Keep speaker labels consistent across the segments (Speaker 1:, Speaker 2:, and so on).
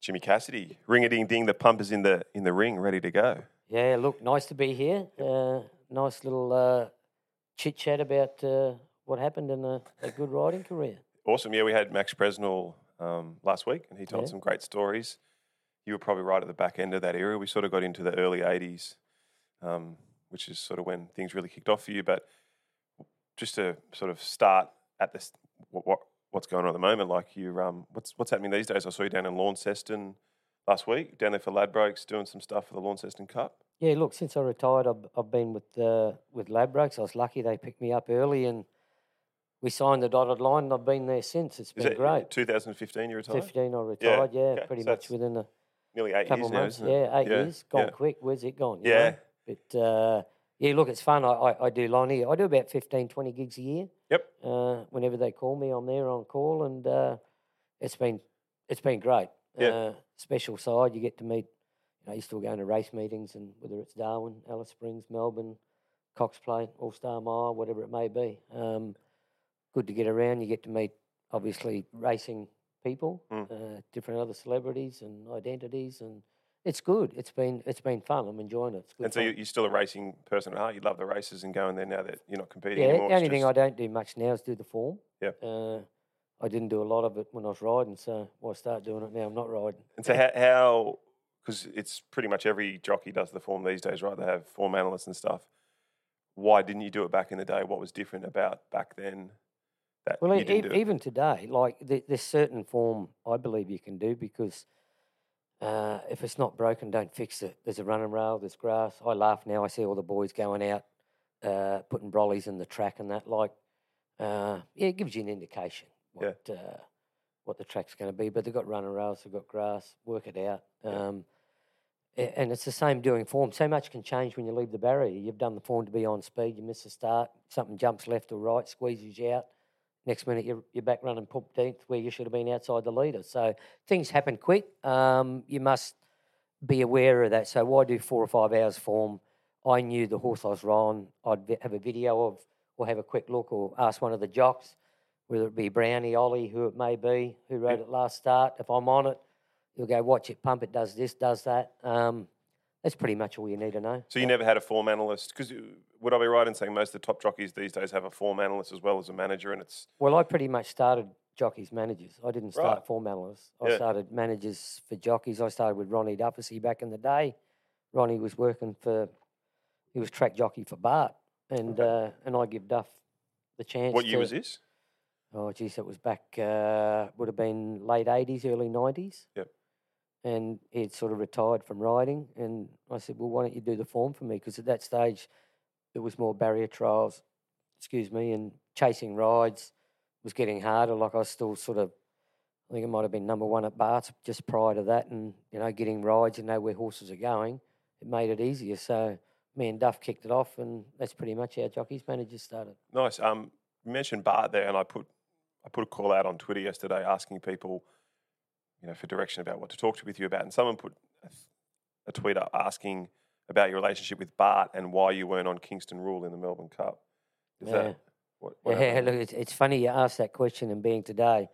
Speaker 1: Jimmy Cassidy. Ring a ding ding, the pump is in the in the ring, ready to go.
Speaker 2: Yeah, look, nice to be here. Uh, nice little uh, chit chat about uh, what happened in a, a good riding career.
Speaker 1: Awesome. Yeah, we had Max Presnell um, last week, and he told
Speaker 2: Yeah.
Speaker 1: some great stories. You were probably right at the back end of that era. We sort of got into the early '80s, um, which is sort of when things really kicked off for you. But just to sort of start at this, what, what what's going on at the moment? Like you, um, what's what's happening these days? I saw you down in Launceston last week, down there for Ladbrokes, doing some stuff for the Launceston Cup.
Speaker 2: Yeah, look, since I retired, I've, I've been with uh, with Labrokes. I was lucky they picked me up early and we signed the dotted line, and I've been there since. It's
Speaker 1: Is
Speaker 2: been
Speaker 1: that
Speaker 2: great.
Speaker 1: 2015 you retired?
Speaker 2: 15, I retired, yeah,
Speaker 1: okay,
Speaker 2: pretty
Speaker 1: so
Speaker 2: much
Speaker 1: that's
Speaker 2: within a
Speaker 1: Nearly eight years
Speaker 2: couple of
Speaker 1: now,
Speaker 2: months.
Speaker 1: isn't it?
Speaker 2: yeah, eight years. Gone
Speaker 1: yeah.
Speaker 2: quick. Where's it gone? you know?
Speaker 1: Yeah.
Speaker 2: But uh, yeah, look, it's fun. I, I, I do line here. I do about 15, 20 gigs a year.
Speaker 1: Yep.
Speaker 2: Uh, whenever they call me, I'm there on call, and uh, it's been it's been great.
Speaker 1: Yeah.
Speaker 2: Uh, special side, you get to meet. You know, you're still going to race meetings, and whether it's Darwin, Alice Springs, Melbourne, Cox Plain, All Star Mile, whatever it may be. Um, good to get around. You get to meet obviously racing people,
Speaker 1: Mm.
Speaker 2: uh, different other celebrities and identities, and it's good. It's been it's been fun. I'm enjoying it. It's good.
Speaker 1: And so
Speaker 2: fun.
Speaker 1: you- you're still a racing person at heart. You love the races and going there now that you're not competing
Speaker 2: yeah,
Speaker 1: anymore.
Speaker 2: the
Speaker 1: It's
Speaker 2: only thing I
Speaker 1: just-
Speaker 2: don't do much now is do the form.
Speaker 1: Yep.
Speaker 2: Uh, I didn't do a lot of it when I was riding, so why start doing it now? I'm not riding.
Speaker 1: and so how, how, because it's pretty much every jockey does the form these days, right? They have form analysts and stuff. Why didn't you do it back in the day? What was different about back then that
Speaker 2: Well,
Speaker 1: you
Speaker 2: e-
Speaker 1: didn't
Speaker 2: ev
Speaker 1: do? it?
Speaker 2: even today, like th- there's certain form I believe you can do because uh, if it's not broken, don't fix it. There's a running rail, there's grass. I laugh now. I see all the boys going out, uh, putting brollies in the track and that. Like, uh, yeah, it gives you an indication
Speaker 1: Yeah.
Speaker 2: what uh, what the track's going to be. But they've got running rails, they've got grass. Work it out.
Speaker 1: Yeah.
Speaker 2: Um, a- and it's the same doing form. So much can change when you leave the barrier. You've done the form to be on speed. You miss a start. Something jumps left or right, squeezes you out. Next minute, you're, you're back running 15th where you should have been outside the leader. So things happen quick. Um, you must be aware of that. So why do four or five hours form? I knew the horse I was riding. I'd vi- have a video of or have a quick look or ask one of the jocks, whether it be Brownie, Ollie, who it may be, who rode it last start. If I'm on it, you'll go watch it pump. It does this, does that. Um, that's pretty much all you need to know.
Speaker 1: so you never had a form analyst? Because would I be right in saying most of the top jockeys these days have a form analyst as well as a manager? And it's
Speaker 2: Well, I pretty much started jockeys managers. I didn't start
Speaker 1: Right.
Speaker 2: form analysts. I
Speaker 1: Yeah.
Speaker 2: started managers for jockeys. I started with Ronnie Duffacy back in the day. Ronnie was working for, he was track jockey for Bart, and uh, and I give Duff the chance.
Speaker 1: what year
Speaker 2: to-
Speaker 1: was this?
Speaker 2: Oh, geez, it was back, uh, would have been late 80s, early 90s.
Speaker 1: Yep.
Speaker 2: And he'd sort of retired from riding. And I said, Well, why don't you do the form for me? Because at that stage, there was more barrier trials, excuse me, and chasing rides was getting harder. Like I was still sort of, I think it might have been number one at Bart's just prior to that. And, you know, getting rides and know where horses are going, it made it easier. So me and Duff kicked it off. And that's pretty much how jockeys managers started.
Speaker 1: Nice. Um, you mentioned Bart there, and I put I put a call out on Twitter yesterday asking people, you know, for direction about what to talk to with you about, and someone put a, th- a tweet up asking about your relationship with Bart and why you weren't on Kingston Rule in the Melbourne Cup. Is
Speaker 2: Yeah.
Speaker 1: that what? what
Speaker 2: yeah,
Speaker 1: happened?
Speaker 2: look, it's, it's funny you asked that question. And being today,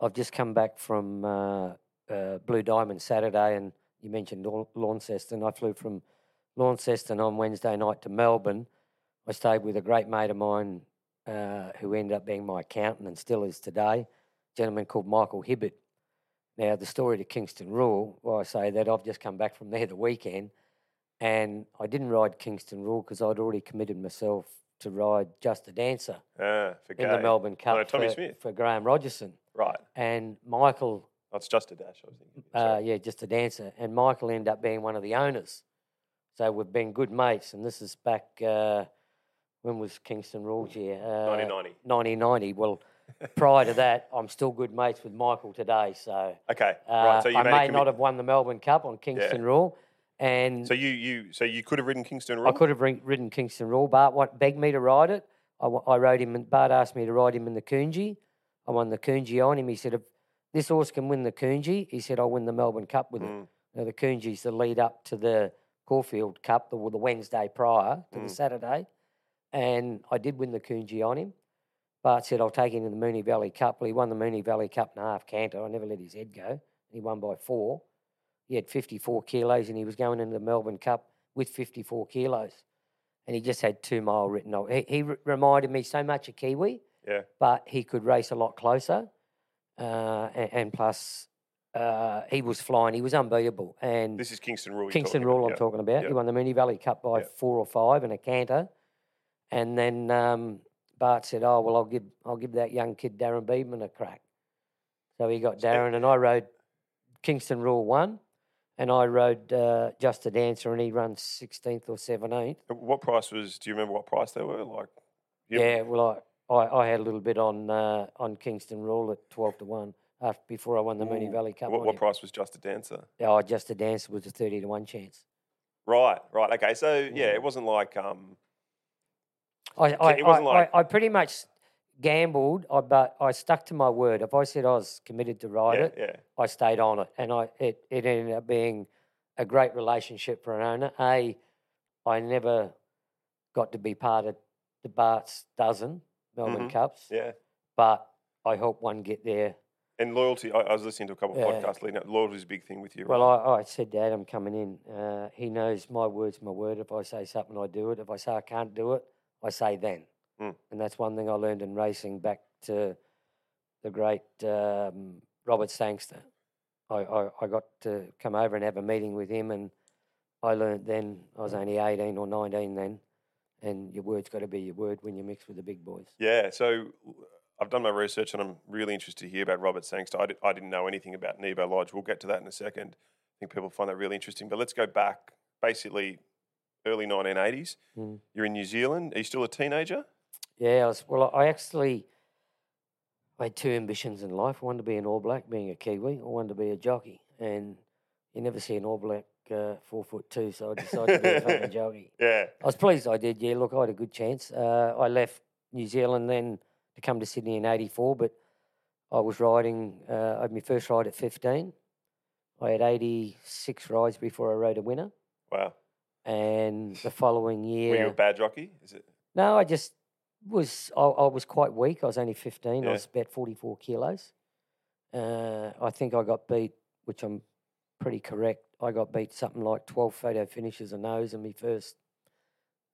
Speaker 2: I've just come back from uh, uh, Blue Diamond Saturday, and you mentioned Lau- Launceston. I flew from Launceston on Wednesday night to Melbourne. I stayed with a great mate of mine uh, who ended up being my accountant and still is today, a gentleman called Michael Hibbert. Now, the story to Kingston Rule, why I say that, I've just come back from there the weekend and I didn't ride Kingston Rule because I'd already committed myself to ride Just a Dancer
Speaker 1: Ah, for
Speaker 2: in the
Speaker 1: gay.
Speaker 2: Melbourne Cup
Speaker 1: no, Tommy
Speaker 2: for,
Speaker 1: Smith.
Speaker 2: for Graham Rogerson.
Speaker 1: Right.
Speaker 2: And Michael,
Speaker 1: That's just a dash. I was thinking.
Speaker 2: uh,
Speaker 1: Sorry.
Speaker 2: yeah, just a dancer. And Michael ended up being one of the owners. So we've been good mates. And this is back, uh, when was Kingston Rules year? Uh,
Speaker 1: 1990.
Speaker 2: 1990. Well, prior to that, I'm still good mates with Michael today. So,
Speaker 1: Okay.
Speaker 2: uh,
Speaker 1: right. So you
Speaker 2: I
Speaker 1: made
Speaker 2: may
Speaker 1: a commi-
Speaker 2: not have won the Melbourne Cup on Kingston Rule. And
Speaker 1: So you you so you could have ridden Kingston Rule.
Speaker 2: I could have ri- ridden Kingston Rule. Bart wa- begged me to ride it. I, wa- I rode him. in- Bart asked me to ride him in the Coonji. I won the Coonji on him. He said, if this horse can win the Coonji, he said, I'll win the Melbourne Cup with it.
Speaker 1: Mm.
Speaker 2: Now, the Coonji's the lead up to the Caulfield Cup, the, the Wednesday prior to the
Speaker 1: Mm.
Speaker 2: Saturday. And I did win the Coonji on him. Bart said, I'll take him to the Mooney Valley Cup. Well, he won the Mooney Valley Cup in a half canter. I never let his head go. He won by four. He had 54 kilos and he was going into the Melbourne Cup with 54 kilos. And he just had two mile written on. He, he re- reminded me so much of Kiwi,
Speaker 1: Yeah.
Speaker 2: but he could race a lot closer. Uh, and, and plus, uh, he was flying. He was unbeatable. And
Speaker 1: This is Kingston Rule. you're
Speaker 2: Kingston
Speaker 1: talking
Speaker 2: Rule, I'm
Speaker 1: about,
Speaker 2: talking about.
Speaker 1: yeah.
Speaker 2: He won the Mooney Valley Cup by
Speaker 1: Yeah.
Speaker 2: four or five in a canter, and then um, Bart said, "Oh well, I'll give I'll give that young kid Darren Beedman a crack." So he got
Speaker 1: So-
Speaker 2: Darren, and I rode Kingston Rule one, and I rode uh, Just a Dancer, and he ran sixteenth or seventeenth.
Speaker 1: yeah. What price was? Do you remember what price they were? Like, Yep.
Speaker 2: Yeah, well, I, I I had a little bit on uh, on Kingston Rule at twelve to one after before I won the Mooney
Speaker 1: Ooh.
Speaker 2: Valley Cup.
Speaker 1: what,
Speaker 2: on
Speaker 1: what
Speaker 2: him.
Speaker 1: price was Just a Dancer?
Speaker 2: Oh, Just a Dancer was a thirty to one chance.
Speaker 1: Right, right. Okay, so yeah,
Speaker 2: Yeah.
Speaker 1: it wasn't like um,
Speaker 2: I, I,
Speaker 1: it
Speaker 2: I,
Speaker 1: wasn't like-
Speaker 2: I, I pretty much gambled, I, but I stuck to my word. If I said I was committed to ride
Speaker 1: yeah,
Speaker 2: it,
Speaker 1: yeah,
Speaker 2: I stayed on it, and I it, it ended up being a great relationship for an owner. A, I never got to be part of the Bart's dozen Melbourne
Speaker 1: Mhm.
Speaker 2: Cups,
Speaker 1: yeah.
Speaker 2: but I helped one get there.
Speaker 1: And loyalty. I, I was listening to a couple of
Speaker 2: Yeah.
Speaker 1: podcasts leading up. Loyalty's a big thing with you.
Speaker 2: Well,
Speaker 1: right?
Speaker 2: I, I said to Adam coming in, uh, he knows my word's my word. If I say something, I do it. If I say I can't do it, I say then.
Speaker 1: Mm.
Speaker 2: And that's one thing I learned in racing back to the great um, Robert Sangster. I, I, I got to come over and have a meeting with him, and I learned then, I
Speaker 1: Mm.
Speaker 2: was only 18 or 19 then, and your word's got to be your word when you mix with the big boys.
Speaker 1: yeah. So uh, I've done my research, and I'm really interested to hear about Robert Sangster. I, did, I didn't know anything about Nebo Lodge. We'll get to that in a second. I think people find that really interesting. But let's go back, basically, early 1980s.
Speaker 2: Mm.
Speaker 1: You're in New Zealand. Are you still a teenager?
Speaker 2: Yeah, I was, well, I actually I had two ambitions in life. I wanted to be an All Black, being a Kiwi. I wanted to be a jockey, and you never see an All Black uh, four foot two, so I decided to be a fucking jockey.
Speaker 1: Yeah.
Speaker 2: I was pleased I did. Yeah, look, I had a good chance. Uh, I left New Zealand then to come to Sydney in '84, but I was riding. Uh, I had my first ride at 15. I had 86 rides before I rode a winner,
Speaker 1: Wow.
Speaker 2: and the following year,
Speaker 1: Were you a bad jockey? Is it?
Speaker 2: no, I just was I, I was quite weak. I was only fifteen.
Speaker 1: Yeah.
Speaker 2: I was about forty four kilos. Uh, I think I got beat, which I'm pretty correct. I got beat something like twelve photo finishes a nose in my first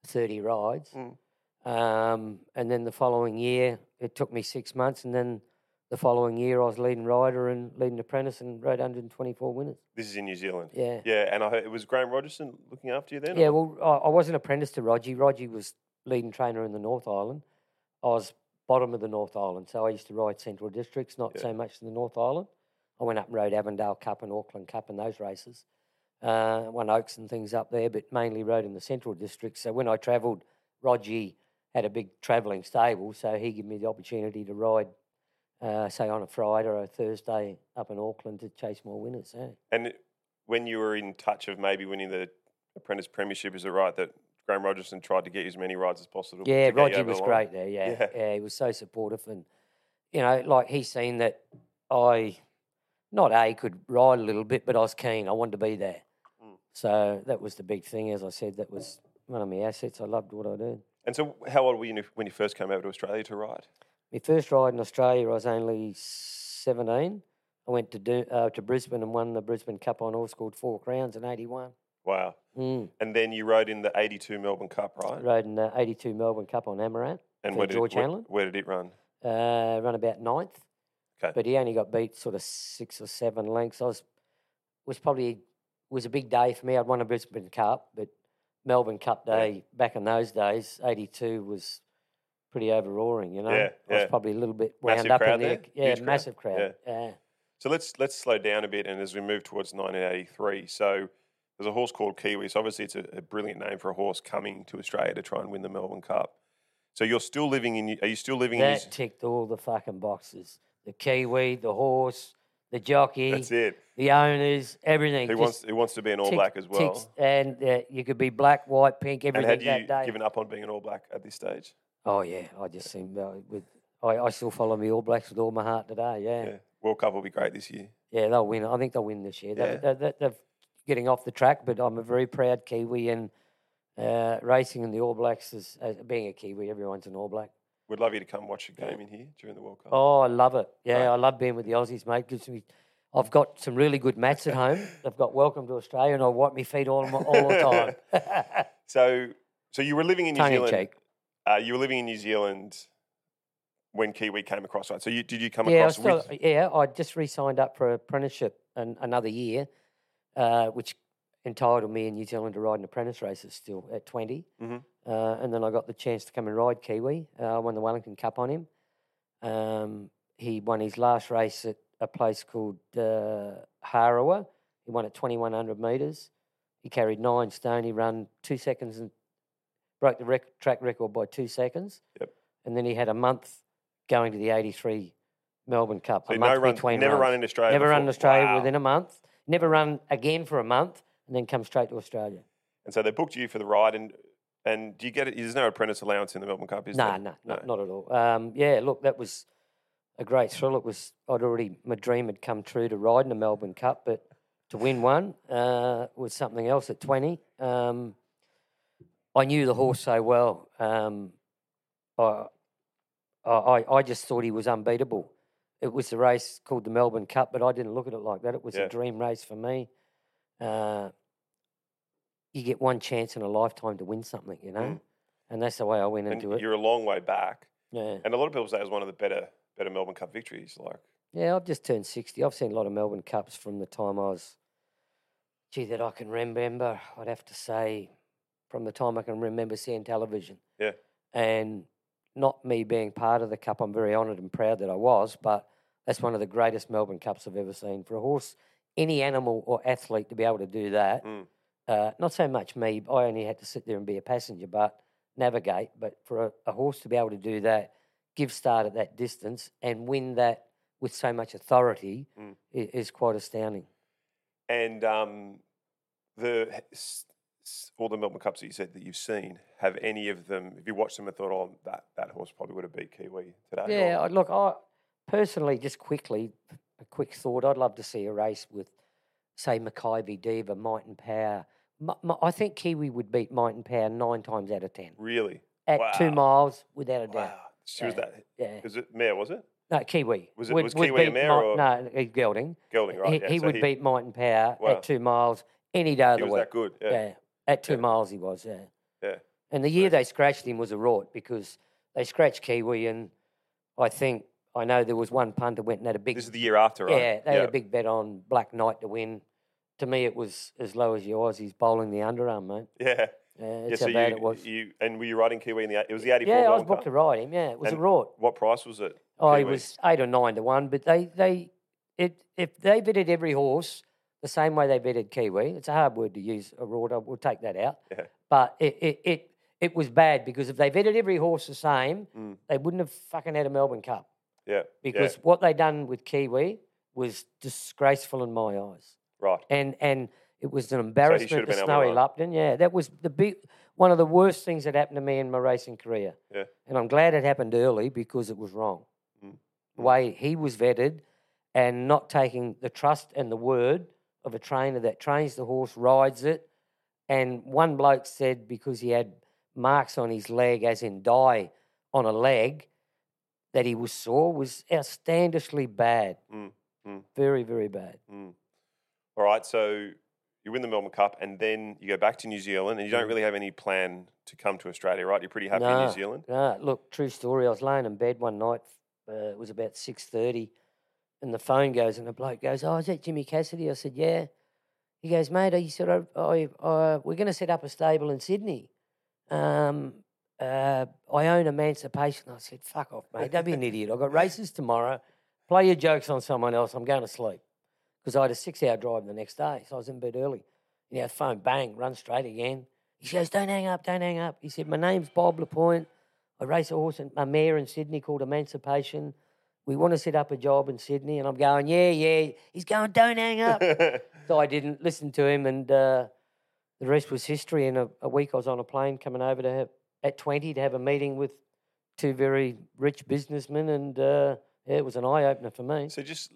Speaker 2: thirty rides.
Speaker 1: Mm.
Speaker 2: Um, and then the following year, it took me six months. And then the following year, I was leading rider and leading apprentice and rode 124 winners.
Speaker 1: This is in New Zealand.
Speaker 2: Yeah.
Speaker 1: Yeah, and I heard, it was Graham Rogerson looking after you then.
Speaker 2: Yeah,
Speaker 1: or-
Speaker 2: well, I, I was an apprentice to Rogie. Rogie was leading trainer in the North Island. I was bottom of the North Island, so I used to ride Central Districts, not
Speaker 1: Yeah.
Speaker 2: so much in the North Island. I went up and rode Avondale Cup and Auckland Cup and those races. Uh, won Oaks and things up there, but mainly rode in the Central District. So when I travelled, Rogie had a big travelling stable, so he gave me the opportunity to ride, uh, say, on a Friday or a Thursday up in Auckland to chase more winners. Yeah.
Speaker 1: And it- when you were in touch of maybe winning the apprentice premiership, is it right that Graham Rogerson tried to get you as many rides as possible?
Speaker 2: Yeah,
Speaker 1: to get you
Speaker 2: Roger
Speaker 1: over
Speaker 2: was
Speaker 1: the line?
Speaker 2: great there. Yeah.
Speaker 1: Yeah.
Speaker 2: yeah, he was so supportive, and you know, like he seen that I, not a could ride a little bit, but I was keen. I wanted to be there,
Speaker 1: Mm.
Speaker 2: so that was the big thing. As I said, that was one of my assets. I loved what I did.
Speaker 1: And so, how old were you when you first came over to Australia to ride?
Speaker 2: My first ride in Australia, I was only seventeen. I went to do, uh, to Brisbane and won the Brisbane Cup on all, scored four crowns in eighty-one.
Speaker 1: Wow.
Speaker 2: Mm.
Speaker 1: And then you rode in the 82 Melbourne Cup, right?
Speaker 2: Rode in the eighty-two Melbourne Cup on Amaranth.
Speaker 1: And
Speaker 2: for
Speaker 1: where did,
Speaker 2: George
Speaker 1: it, where,
Speaker 2: Hanlon?
Speaker 1: where did it run?
Speaker 2: uh, run about ninth.
Speaker 1: 'Kay.
Speaker 2: But he only got beat sort of six or seven lengths. I was was probably was a big day for me. I'd won a Brisbane Cup, but Melbourne Cup
Speaker 1: Yeah.
Speaker 2: Day back in those days, eighty two was pretty overawing. You know,
Speaker 1: Yeah,
Speaker 2: I was
Speaker 1: yeah.
Speaker 2: probably a little bit wound
Speaker 1: Massive
Speaker 2: up
Speaker 1: crowd
Speaker 2: in the
Speaker 1: there?
Speaker 2: ac- yeah,
Speaker 1: Huge crowd,
Speaker 2: massive crowd. yeah.
Speaker 1: So let's let's slow down a bit, and as we move towards 1983, so there's a horse called Kiwi. So obviously, it's a, a brilliant name for a horse coming to Australia to try and win the Melbourne Cup. So you're still living in? Are you still living in? New
Speaker 2: that
Speaker 1: Ze-
Speaker 2: ticked all the fucking boxes. The Kiwi, the horse, the jockey,
Speaker 1: That's it.
Speaker 2: the owners, everything.
Speaker 1: Who
Speaker 2: just
Speaker 1: wants who wants to be an All
Speaker 2: tick-
Speaker 1: Black as well?
Speaker 2: ticks, and uh, you could be black, white, pink,
Speaker 1: and
Speaker 2: everything
Speaker 1: had you
Speaker 2: that day.
Speaker 1: given up on being an All Black at this stage?
Speaker 2: Oh yeah, I just seem uh, with I, I still follow me All Blacks with all my heart today. Yeah,
Speaker 1: Yeah.
Speaker 2: yeah,
Speaker 1: World Cup will be great this year.
Speaker 2: they'll win. I think they'll win this year. They,
Speaker 1: Yeah.
Speaker 2: they, they, they're getting off the track, but I'm a very proud Kiwi and uh, racing in the All Blacks is uh, being a Kiwi. Everyone's an All Black.
Speaker 1: We'd love you to come watch a
Speaker 2: Yeah.
Speaker 1: game in here during the World Cup.
Speaker 2: Oh, I love it. Yeah,
Speaker 1: Right.
Speaker 2: I love being with the Aussies, mate. Gives me. I've got some really good mats at home. They've got Welcome to Australia, and I wipe my feet all, my, all the time.
Speaker 1: So, so you were living in New
Speaker 2: Tongue in
Speaker 1: Zealand.
Speaker 2: cheek.
Speaker 1: Uh, you were living in New Zealand when Kiwi came across, right? So you did you come
Speaker 2: yeah, I
Speaker 1: across
Speaker 2: still, uh,
Speaker 1: with?
Speaker 2: yeah, I just re-signed up for apprenticeship an, another year, uh, which entitled me in New Zealand to ride in apprentice races still at 20.
Speaker 1: Mhm.
Speaker 2: Uh, and then I got the chance to come and ride Kiwi. Uh, I won the Wellington Cup on him. Um, he won his last race at a place called uh, Harawa. He won at 2,100 metres. He carried nine stone. He ran two seconds and broke the rec- track record by two seconds.
Speaker 1: Yep.
Speaker 2: And then he had a month going to the 83 Melbourne Cup.
Speaker 1: So
Speaker 2: a
Speaker 1: no
Speaker 2: month
Speaker 1: run,
Speaker 2: between
Speaker 1: never
Speaker 2: runs.
Speaker 1: run in Australia.
Speaker 2: Never run in
Speaker 1: before.
Speaker 2: Australia
Speaker 1: Wow.
Speaker 2: within a month. Never run again for a month, and then come straight to Australia.
Speaker 1: And so they booked you for the ride, and and do you get it? There's no apprentice allowance in the Melbourne Cup, is
Speaker 2: No,
Speaker 1: there?
Speaker 2: no, not, not at all. Um, yeah, look, that was a great thrill. It was I'd already my dream had come true to ride in a Melbourne Cup, but to win one uh, was something else. At twenty, um, I knew the horse so well. Um, I, I I- I just thought he was unbeatable. It was the race called the Melbourne Cup, but I didn't look at it like that. It was
Speaker 1: Yeah.
Speaker 2: a dream race for me. Uh, you get one chance in a lifetime to win something, you know,
Speaker 1: Mm.
Speaker 2: and that's the way I went
Speaker 1: And
Speaker 2: into it.
Speaker 1: you're a long way back.
Speaker 2: Yeah.
Speaker 1: And a lot of people say it was one of the better better Melbourne Cup victories. Like
Speaker 2: Yeah, I've just turned 60. I've seen a lot of Melbourne Cups from the time I was, gee, that I can remember. I'd have to say, from the time I can remember seeing television.
Speaker 1: Yeah.
Speaker 2: And not me being part of the cup, I'm very honoured and proud that I was, but that's one of the greatest Melbourne Cups I've ever seen. For a horse, any animal or athlete to be able to do that,
Speaker 1: Mm.
Speaker 2: uh, not so much me, I only had to sit there and be a passenger, but navigate. But for a, a horse to be able to do that, give start at that distance and win that with so much authority
Speaker 1: Mm.
Speaker 2: i is quite astounding.
Speaker 1: and um, the s- s- all the Melbourne Cups that you said that you've seen have any of them? If you watched them and thought, oh, that that horse probably would have beat Kiwi today. or-
Speaker 2: Yeah, I- look, I personally, just quickly, a quick thought. I'd love to see a race with, say, McIvy Diva, Might and Power. Mi- Mi- I think Kiwi would beat Might and Power nine times out of ten
Speaker 1: really.
Speaker 2: at two
Speaker 1: Wow.
Speaker 2: miles without a doubt.
Speaker 1: Wow. She was
Speaker 2: Yeah.
Speaker 1: that.
Speaker 2: Yeah,
Speaker 1: Was it Mare? Was it
Speaker 2: no, Kiwi
Speaker 1: Was it- was Kiwi a
Speaker 2: beat
Speaker 1: mare
Speaker 2: Mi-
Speaker 1: or-
Speaker 2: no uh, Gelding?
Speaker 1: Gelding? Right.
Speaker 2: he
Speaker 1: yeah.
Speaker 2: he
Speaker 1: so
Speaker 2: would beat Might and Power
Speaker 1: Wow.
Speaker 2: at two miles any day of
Speaker 1: He
Speaker 2: the
Speaker 1: was
Speaker 2: week.
Speaker 1: that good. Yeah.
Speaker 2: Yeah, at two
Speaker 1: Yeah.
Speaker 2: miles he was. Yeah.
Speaker 1: Yeah.
Speaker 2: And the year they scratched him was a rort because they scratched Kiwi, and I think I know there was one punter went and had a big
Speaker 1: This is the year after, right?
Speaker 2: yeah they had a big bet on Black Knight to win. To me, it was as low as yours. He's bowling the underarm, mate.
Speaker 1: yeah.
Speaker 2: Yeah,
Speaker 1: Yeah,
Speaker 2: that's
Speaker 1: so
Speaker 2: how bad
Speaker 1: you,
Speaker 2: it was.
Speaker 1: You, and were you riding Kiwi in the? eight- It was the eighty-four.
Speaker 2: yeah, I was
Speaker 1: Melbourne
Speaker 2: booked to
Speaker 1: Cup.
Speaker 2: ride him. Yeah, it was
Speaker 1: And-
Speaker 2: a rort.
Speaker 1: What price was it?
Speaker 2: Oh, it
Speaker 1: Kiwi?
Speaker 2: was eight or nine to one, but they they it if they vetted every horse the same way they vetted Kiwi. It's a hard word to use, a rort. I- We'll take that out.
Speaker 1: Yeah.
Speaker 2: But it it, it it was bad because if they vetted every horse the same,
Speaker 1: Mm.
Speaker 2: they wouldn't have fucking had a Melbourne Cup
Speaker 1: Yeah.
Speaker 2: because what they done with Kiwi was disgraceful in my eyes,
Speaker 1: yeah, right.
Speaker 2: and and it was an
Speaker 1: should have
Speaker 2: embarrassment. to
Speaker 1: been able to
Speaker 2: Snowy
Speaker 1: ride.
Speaker 2: Lupton, yeah, that was the big one of the worst things that happened to me in my racing career.
Speaker 1: Yeah.
Speaker 2: and I'm glad it happened early because it was wrong.
Speaker 1: Mm.
Speaker 2: The
Speaker 1: Mm.
Speaker 2: way he was vetted, and not taking the trust and the word of a trainer that trains the horse, rides it, and one bloke said because he had marks on his leg, as in dye on a leg, that he was sore was outstandishly bad.
Speaker 1: Mm, mm.
Speaker 2: Very, very bad.
Speaker 1: Mm. All right. So you win the Melbourne Cup, and then you go back to New Zealand, and you don't
Speaker 2: Mm.
Speaker 1: really have any plan to come to Australia, right? You're pretty happy in
Speaker 2: No.
Speaker 1: New Zealand.
Speaker 2: Ah, look, true story. I was laying in bed one night. Uh, it was about six thirty, and the phone goes, and the bloke goes, "Oh, is that Jimmy Cassidy?" I said, "Yeah." He goes, "Mate, he said, I, I, I, we're going to set up a stable in Sydney. Um, uh, I own Emancipation." I said, "Fuck off, mate. Don't be an idiot. I've got races tomorrow. Play your jokes on someone else. I'm going to sleep." Because I had a six-hour drive the next day, so I was in bed early. You know, phone bang, run straight again. He goes, "Don't hang up, don't hang up." He said, "My name's Bob Lapointe." I race a horse, in, a mare in Sydney called Emancipation. We want to set up a job in Sydney. And I'm going, yeah, yeah. He's going, don't hang up. so I didn't listen to him. And uh, the rest was history. And a, a week I was on a plane coming over to have, at 20 to have a meeting with two very rich businessmen. And uh, yeah, it was an eye opener for me.
Speaker 1: so just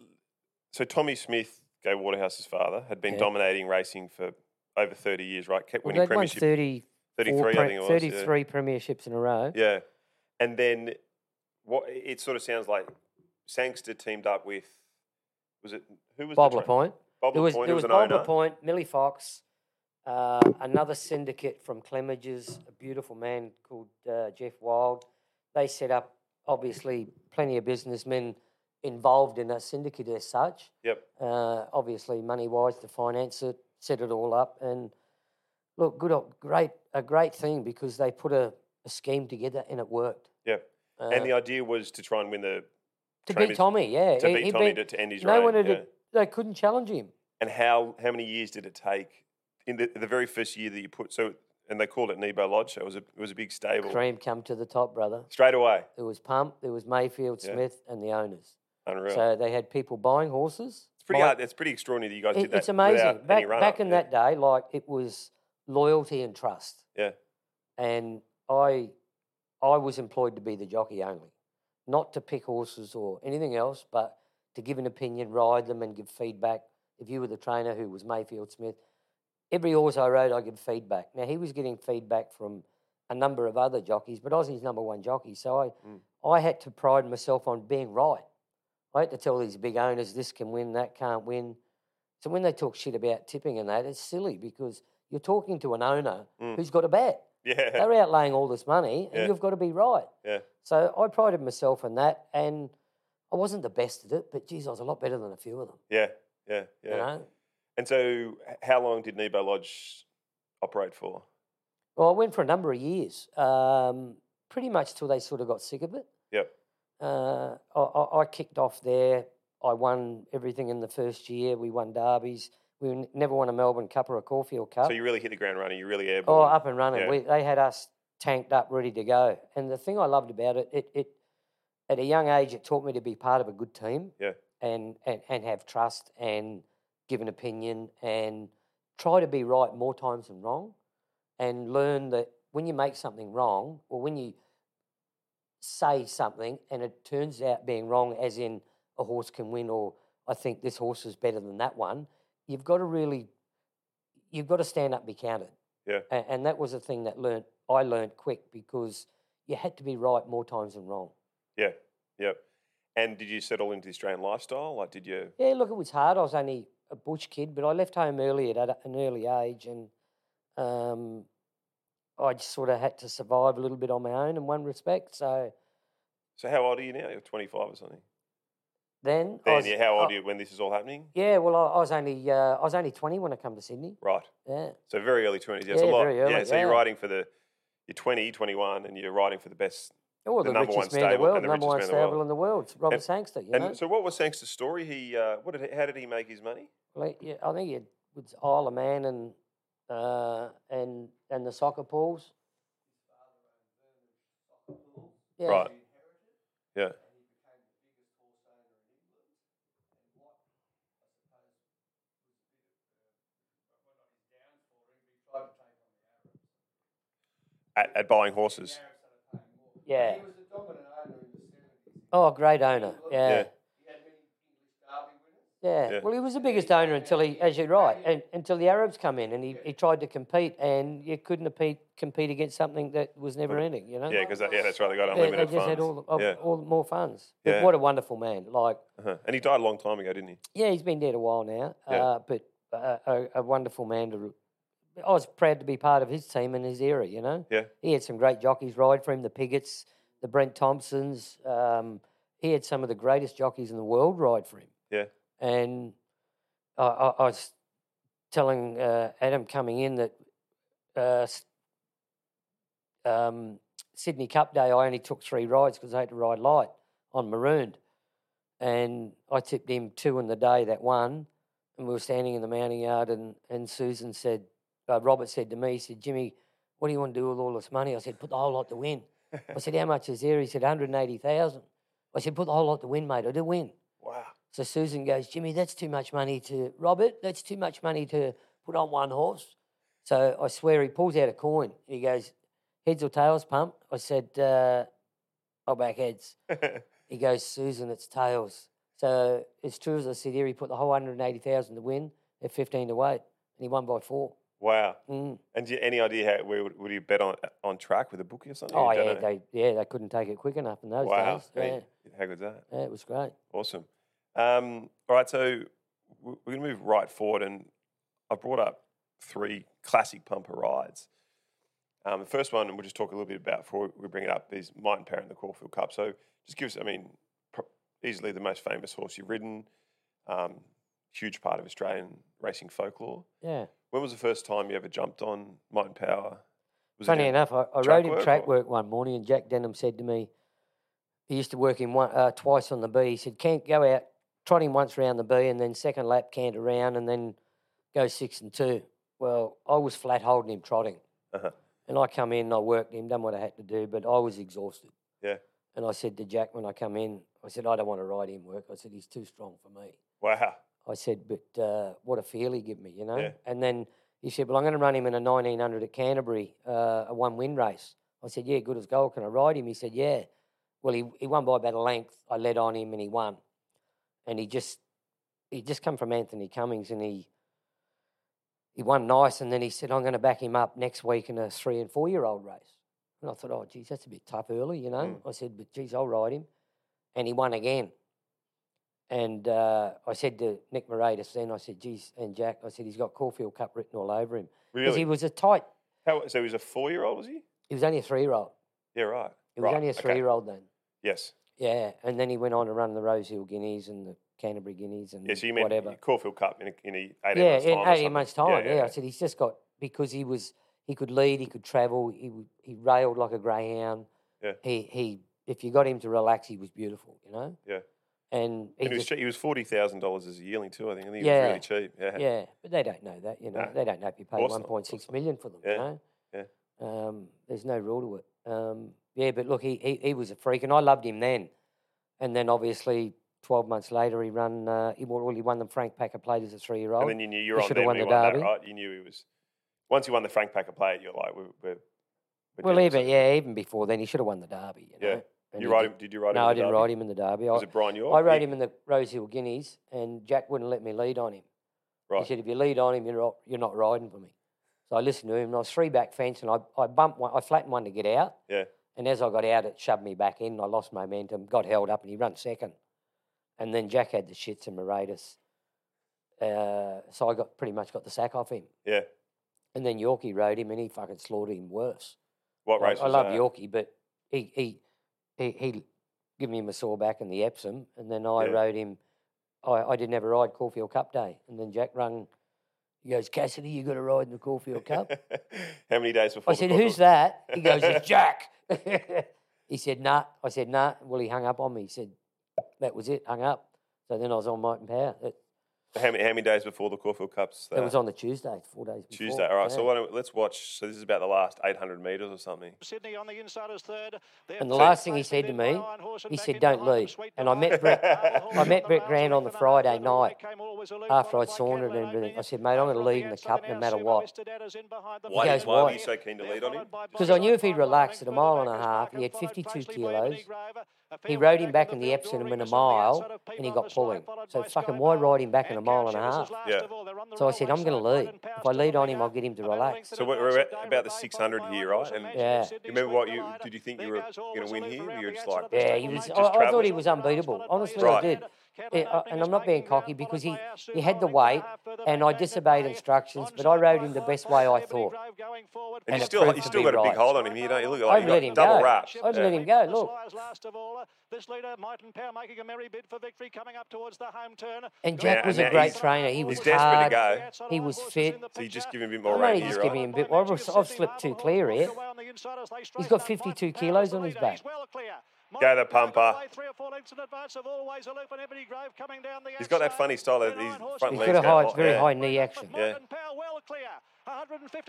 Speaker 1: so Tommy Smith, Gay Waterhouse's father, had been
Speaker 2: Yeah.
Speaker 1: dominating racing for over thirty years, right? Kept
Speaker 2: Well,
Speaker 1: winning
Speaker 2: they'd won
Speaker 1: premiership
Speaker 2: 30,
Speaker 1: thirty-three, I think it was. yeah.
Speaker 2: 33 premierships in a row.
Speaker 1: Yeah, and then what? It sort of sounds like Sangster teamed up with. was Was it who was
Speaker 2: Bob
Speaker 1: the trainer?
Speaker 2: Lapointe.
Speaker 1: Bob
Speaker 2: There was,
Speaker 1: Lapointe
Speaker 2: there was
Speaker 1: an
Speaker 2: Bob
Speaker 1: owner.
Speaker 2: Lapointe, Millie Fox, uh, another syndicate from Clemages, a beautiful man called uh, Jeff Wild. They set up, obviously, plenty of businessmen involved in that syndicate as such.
Speaker 1: Yep.
Speaker 2: Uh, obviously, money wise, to finance it, set it all up. And look, good, op- great, a great thing because they put a, a scheme together and it worked.
Speaker 1: Yep.
Speaker 2: Uh,
Speaker 1: and the idea was to try and win the
Speaker 2: to
Speaker 1: trainers-
Speaker 2: beat Tommy, yeah.
Speaker 1: to
Speaker 2: He-
Speaker 1: beat
Speaker 2: he'd
Speaker 1: Tommy
Speaker 2: been-
Speaker 1: to, to end his
Speaker 2: no
Speaker 1: reign.
Speaker 2: one had,
Speaker 1: yeah.
Speaker 2: they couldn't challenge him.
Speaker 1: And how how many years did it take in the, the very first year that you put so and they called it Nebo Lodge. So it was a it was a big stable
Speaker 2: Cream come to the top, brother.
Speaker 1: straight away.
Speaker 2: There was Pump, there was Mayfield,
Speaker 1: Yeah.
Speaker 2: Smith, and the owners.
Speaker 1: Unreal.
Speaker 2: So they had people buying horses.
Speaker 1: it's pretty
Speaker 2: buy-
Speaker 1: hard. It's pretty extraordinary that you guys
Speaker 2: It-
Speaker 1: did that.
Speaker 2: it's amazing.
Speaker 1: without any
Speaker 2: Back,
Speaker 1: run
Speaker 2: back
Speaker 1: up,
Speaker 2: in
Speaker 1: yeah.
Speaker 2: that day, like it was loyalty and trust.
Speaker 1: Yeah.
Speaker 2: And I, I was employed to be the jockey only, not to pick horses or anything else, but to give an opinion, ride them, and give feedback. If you were the trainer, who was Mayfield Smith, every horse I rode, I give feedback. Now he was getting feedback from a number of other jockeys, but I was his number one jockey, so I,
Speaker 1: Mm.
Speaker 2: I had to pride myself on being right. I had to tell these big owners this can win, that can't win. So when they talk shit about tipping and that, it's silly because you're talking to an owner
Speaker 1: Mm.
Speaker 2: who's got a bet.
Speaker 1: Yeah.
Speaker 2: They're outlaying all this money, and
Speaker 1: Yeah.
Speaker 2: you've got to be right.
Speaker 1: Yeah.
Speaker 2: So I prided myself on that, and I wasn't the best at it, but geez, I was a lot better than a few of them.
Speaker 1: Yeah. Yeah. Yeah.
Speaker 2: You know,
Speaker 1: And so, h- how long did Nebo Lodge operate for?
Speaker 2: well, I went for a number of years, um, pretty much till they sort of got sick of it.
Speaker 1: Yep.
Speaker 2: Uh, I, I, I kicked off there. I won everything in the first year. We won derbies. We n- never won a Melbourne Cup or a Caulfield Cup.
Speaker 1: So you really hit the ground running. You really
Speaker 2: Oh,
Speaker 1: airborne.
Speaker 2: up and running.
Speaker 1: Yeah.
Speaker 2: We, they had us tanked up, ready to go. And the thing I loved about it, it, it at a young age, it taught me to be part of a good team.
Speaker 1: Yeah.
Speaker 2: And, and and have trust and give an opinion and try to be right more times than wrong, and learn that when you make something wrong or when you say something and it turns out being wrong, as in a horse can win or I think this horse is better than that one, you've got to really, you've got to stand up and be counted.
Speaker 1: Yeah.
Speaker 2: A- And, that was a thing that learnt, I learnt quick because you had to be right more times than wrong.
Speaker 1: yeah. Yep. And did you settle into the Australian lifestyle? Like, did you?
Speaker 2: Yeah, look, it was hard. I was only a bush kid, but I left home early at a- an early age and um, I just sort of had to survive a little bit on my own in one respect. So
Speaker 1: So, how old are you now? You're 25 or something.
Speaker 2: then, I
Speaker 1: Then,
Speaker 2: was,
Speaker 1: yeah, how old
Speaker 2: I-
Speaker 1: are you when this is all happening?
Speaker 2: Yeah, well, I, I was only uh, I was only twenty when I come to Sydney.
Speaker 1: Right.
Speaker 2: Yeah,
Speaker 1: So, very early 20s. Yeah, it's a
Speaker 2: Yeah,
Speaker 1: lot.
Speaker 2: very early,
Speaker 1: yeah. So, you're
Speaker 2: yeah.
Speaker 1: riding for the, you're 20, 21, and you're riding for the best.
Speaker 2: oh,
Speaker 1: The
Speaker 2: the,
Speaker 1: number one
Speaker 2: richest man in the
Speaker 1: stable-
Speaker 2: world,
Speaker 1: and the
Speaker 2: number one
Speaker 1: richest man in the world.
Speaker 2: stable in the world, It's Robert
Speaker 1: And-
Speaker 2: Sangster. You
Speaker 1: and
Speaker 2: know,
Speaker 1: so, what was Sangster's story? He, uh, what did, he- how did he make his money?
Speaker 2: Like, yeah, I think it was Isle of Man and uh, and and the soccer pools. Yeah.
Speaker 1: Right. Yeah. At, at buying horses.
Speaker 2: Yeah. Oh, great owner. Yeah.
Speaker 1: Yeah.
Speaker 2: Yeah.
Speaker 1: Yeah.
Speaker 2: Well, he was the biggest owner until he, as you're right, and, until the Arabs come in and he, he tried to compete and you couldn't compete, compete against something that was never ending, you know?
Speaker 1: Yeah, because yeah, that's right. They got
Speaker 2: They-
Speaker 1: unlimited
Speaker 2: they just had
Speaker 1: funds.
Speaker 2: all, the- all,
Speaker 1: yeah.
Speaker 2: all the more funds. But
Speaker 1: Yeah.
Speaker 2: what a wonderful man! Like,
Speaker 1: Uh-huh. And he died a long time ago, didn't he?
Speaker 2: yeah, he's been dead a while now,
Speaker 1: Yeah.
Speaker 2: uh, but uh, a, a wonderful man. To, I was proud to be part of his team in his era. You know,
Speaker 1: Yeah.
Speaker 2: he had some great jockeys ride for him. The Piggots, the Brent Thompsons. Um, he had some of the greatest jockeys in the world ride for him.
Speaker 1: Yeah.
Speaker 2: and I, I, I was telling uh, Adam coming in that uh, s- um, Sydney Cup Day, I only took three rides because I had to ride light on marooned, and I tipped him two in the day that one, and we were standing in the mounting yard, and and Susan said, uh, Robert said to me, he said, Jimmy, what do you want to do with all this money? I said, put the whole lot to win. I said, how much is there? He said, 180,000. I said, put the whole lot to win, mate. I do win.
Speaker 1: Wow.
Speaker 2: So Susan goes, Jimmy, that's too much money to Robert. That's too much money to put on one horse. So I swear he pulls out a coin. He goes, heads or tails, pump. I said, uh, I'll back heads. He goes, Susan, it's tails. So it's true as I said here. He put the whole hundred and eighty thousand to win at fifteen to eight, and he won by four.
Speaker 1: wow.
Speaker 2: Mm.
Speaker 1: And do you, any idea how where would, would you bet on on track with a bookie or something?
Speaker 2: Oh
Speaker 1: You don't
Speaker 2: yeah,
Speaker 1: know.
Speaker 2: they yeah they couldn't take it quick enough in those
Speaker 1: wow.
Speaker 2: days.
Speaker 1: I
Speaker 2: Yeah,
Speaker 1: mean, How good's that?
Speaker 2: yeah, it was great.
Speaker 1: Awesome. Um, all right, so w- we're going to move right forward, and I brought up three classic pumper rides. Um, the first one, and we'll just talk a little bit about before we bring it up, is Martin Parent, the Caulfield Cup. So just give us, I mean, pro- easily the most famous horse you've ridden, um, huge part of Australian racing folklore.
Speaker 2: Yeah.
Speaker 1: When was the first time you ever jumped on Martin Power? Was
Speaker 2: Funny
Speaker 1: in-
Speaker 2: enough, I, I
Speaker 1: track
Speaker 2: rode him
Speaker 1: work
Speaker 2: track
Speaker 1: or-
Speaker 2: work one morning, and Jack Denham said to me, he used to work him one, uh, twice on the B. He said, "Can't go out, trot him once round the B, and then second lap can't around, and then go six and two. Well, I was flat holding him trotting,
Speaker 1: Uh-huh.
Speaker 2: and I come in, and I worked him, done what I had to do, but I was exhausted.
Speaker 1: Yeah.
Speaker 2: And I said to Jack when I come in, I said, I don't want to ride him work. I said he's too strong for me.
Speaker 1: Wow.
Speaker 2: I said, but uh, what a feel he give me, you know.
Speaker 1: Yeah.
Speaker 2: And then he said, well, I'm going to run him in a 1900 at Canterbury, uh, a one win race. I said, yeah, good as gold. Can I ride him? He said, yeah. Well, he, he won by about a length. I led on him and he won. And he just he just come from Anthony Cummings and he he won nice. And then he said, I'm going to back him up next week in a three and four year old race. And I thought, oh, geez, that's a bit tough early, you know. I said, but geez, I'll ride him. And he won again. And uh, I said to Nick Moratis then, I said, geez, and Jack, I said, he's got Caulfield Cup written all over him. Because
Speaker 1: Really?
Speaker 2: he was a tight,
Speaker 1: How, so he was a four year old, was he?
Speaker 2: he was only a three year old.
Speaker 1: Yeah, right.
Speaker 2: He was
Speaker 1: Right,
Speaker 2: only a
Speaker 1: okay.
Speaker 2: three year old then.
Speaker 1: Yes.
Speaker 2: Yeah. And then he went on to run the Rosehill Guineas and the Canterbury Guineas and
Speaker 1: Yeah, so you meant
Speaker 2: whatever.
Speaker 1: Caulfield Cup in, a, in a 18
Speaker 2: yeah,
Speaker 1: months' time.
Speaker 2: in
Speaker 1: or
Speaker 2: 18
Speaker 1: something.
Speaker 2: months' time. Yeah, I said he's just got because he was he could lead, he could travel, he w- he railed like a greyhound.
Speaker 1: Yeah.
Speaker 2: He he if you got him to relax, he was beautiful, you know.
Speaker 1: Yeah.
Speaker 2: And he
Speaker 1: And he was,
Speaker 2: just-
Speaker 1: cheap. he was forty thousand dollars as a yearling too. I think. I think
Speaker 2: Yeah.
Speaker 1: he was really cheap. Yeah.
Speaker 2: yeah, but they don't know that, you know.
Speaker 1: No.
Speaker 2: They don't know if you pay
Speaker 1: course not,
Speaker 2: one
Speaker 1: of
Speaker 2: point six million for them,
Speaker 1: Yeah,
Speaker 2: you know.
Speaker 1: yeah.
Speaker 2: Um, there's no rule to it. Um, yeah, but look, he, he he was a freak, and I loved him then. And then obviously, twelve months later, he run uh, he won, well, he won the Frank Packer Plate as a three year
Speaker 1: And
Speaker 2: old.
Speaker 1: then you knew you were on
Speaker 2: should've
Speaker 1: there
Speaker 2: won
Speaker 1: when he
Speaker 2: the
Speaker 1: won that,
Speaker 2: Derby.
Speaker 1: right? You knew he was. Once you won the Frank Packer plate, you're like, we're. we're, we're
Speaker 2: Well,
Speaker 1: dealing with
Speaker 2: even
Speaker 1: something.
Speaker 2: yeah, even before then, he should have won the Derby. You
Speaker 1: Yeah.
Speaker 2: know? and
Speaker 1: You
Speaker 2: he
Speaker 1: ride
Speaker 2: did-
Speaker 1: him? Did you ride him?
Speaker 2: No,
Speaker 1: in
Speaker 2: I
Speaker 1: the
Speaker 2: didn't
Speaker 1: Derby?
Speaker 2: ride him in the Derby.
Speaker 1: Was
Speaker 2: I,
Speaker 1: it Brian York?
Speaker 2: I rode
Speaker 1: Yeah,
Speaker 2: him in the Rosehill Guineas, and Jack wouldn't let me lead on him.
Speaker 1: Right.
Speaker 2: He said, "If you lead on him, you're not, you're not riding for me." So I listened to him, and I was three back fence, and I, I bumped one, I flattened one to get out.
Speaker 1: Yeah.
Speaker 2: And as I got out, it shoved me back in. and I lost momentum, got held up, and he run second. And then Jack had the shits and Moratus. Uh, so I got pretty much got the sack off him.
Speaker 1: Yeah.
Speaker 2: And then Yorkie rode him, and he fucking slaughtered him worse.
Speaker 1: What
Speaker 2: I-
Speaker 1: race?
Speaker 2: I,
Speaker 1: was
Speaker 2: love
Speaker 1: that?
Speaker 2: Yorkie, but he he he he gave him a sore back in the Epsom, and then I
Speaker 1: Yeah.
Speaker 2: rode him. I, I didn't have a ride Caulfield Cup day, and then Jack rung. He goes, Cassidy, you got a ride in the Caulfield Cup.
Speaker 1: How many days before?
Speaker 2: I
Speaker 1: the
Speaker 2: said,
Speaker 1: Caulfield-
Speaker 2: who's that? He goes, it's Jack. he said, nah. I said, nah. Well, he hung up on me. He said, that was it. Hung up. So then I was on Might and Power. It,
Speaker 1: How many, how many days before the Caulfield Cups?
Speaker 2: it was on the Tuesday, four days before.
Speaker 1: Tuesday. All right.
Speaker 2: Yeah.
Speaker 1: So why don't, we- let's watch. So this is about the last 800 meters or something.
Speaker 3: Sydney on the inside is third.
Speaker 2: And the last thing he said to me, he said, "Don't leave." And I met Brett-
Speaker 3: I met Brett Grant on the Friday night
Speaker 2: After I'd sauntered and everything, I said, "Mate, I'm going to lead in the cup no matter what."
Speaker 1: Why,
Speaker 2: He goes,
Speaker 1: why were
Speaker 2: "Why?"
Speaker 1: you so keen to lead on him?
Speaker 3: Because I knew if he relaxed at a mile and a half, he had 52 kilos. He rode him back in the Epsom in a mile, and he got pulling. So fucking why ride him back in a mile and a half?
Speaker 1: Yeah.
Speaker 3: So I said, I'm going to lead. If I lead on him, I'll get him to relax.
Speaker 1: So we're- we're at about the 600 here, right? And
Speaker 2: Yeah.
Speaker 1: you remember what you did? You think you were going to win here? Were you just like,
Speaker 3: Yeah, he was.
Speaker 1: just
Speaker 3: I, I
Speaker 1: travel?
Speaker 3: thought he was unbeatable. Honestly, I
Speaker 1: Right.
Speaker 3: did. Yeah, I- and I'm not being cocky because he, he had the weight, and I disobeyed instructions, but I rode him the best way I thought.
Speaker 1: And,
Speaker 2: And
Speaker 1: you
Speaker 2: it
Speaker 1: still,
Speaker 2: proved
Speaker 1: you
Speaker 2: to
Speaker 1: still
Speaker 2: be
Speaker 1: got a big
Speaker 2: right.
Speaker 1: hold on him here, don't you? Look,
Speaker 3: I'd
Speaker 1: like you
Speaker 2: let
Speaker 1: got
Speaker 2: him
Speaker 1: double
Speaker 2: go.
Speaker 1: wraps.
Speaker 2: I'd let him go, look.
Speaker 3: Last of all, this leader, Martin Power, making a merry bid for victory, coming up towards the home turn.
Speaker 2: And
Speaker 1: Yeah,
Speaker 2: Jack was a
Speaker 1: now
Speaker 2: great
Speaker 1: he's-
Speaker 2: trainer. He was
Speaker 1: desperate to
Speaker 2: hard.
Speaker 1: go.
Speaker 2: He was fit.
Speaker 1: So you just give him a bit more
Speaker 2: I'm
Speaker 1: rein
Speaker 2: only
Speaker 1: here,
Speaker 2: just
Speaker 1: right?
Speaker 2: giving him a bit. Well, I've, I've slipped too clear here. He's got 52 kilos on his back.
Speaker 1: Go the pumper.
Speaker 3: He's got that funny style of these front
Speaker 1: He's
Speaker 3: legs.
Speaker 1: got a high-
Speaker 3: go-
Speaker 1: very
Speaker 3: yeah.
Speaker 2: high knee action.
Speaker 1: Yeah.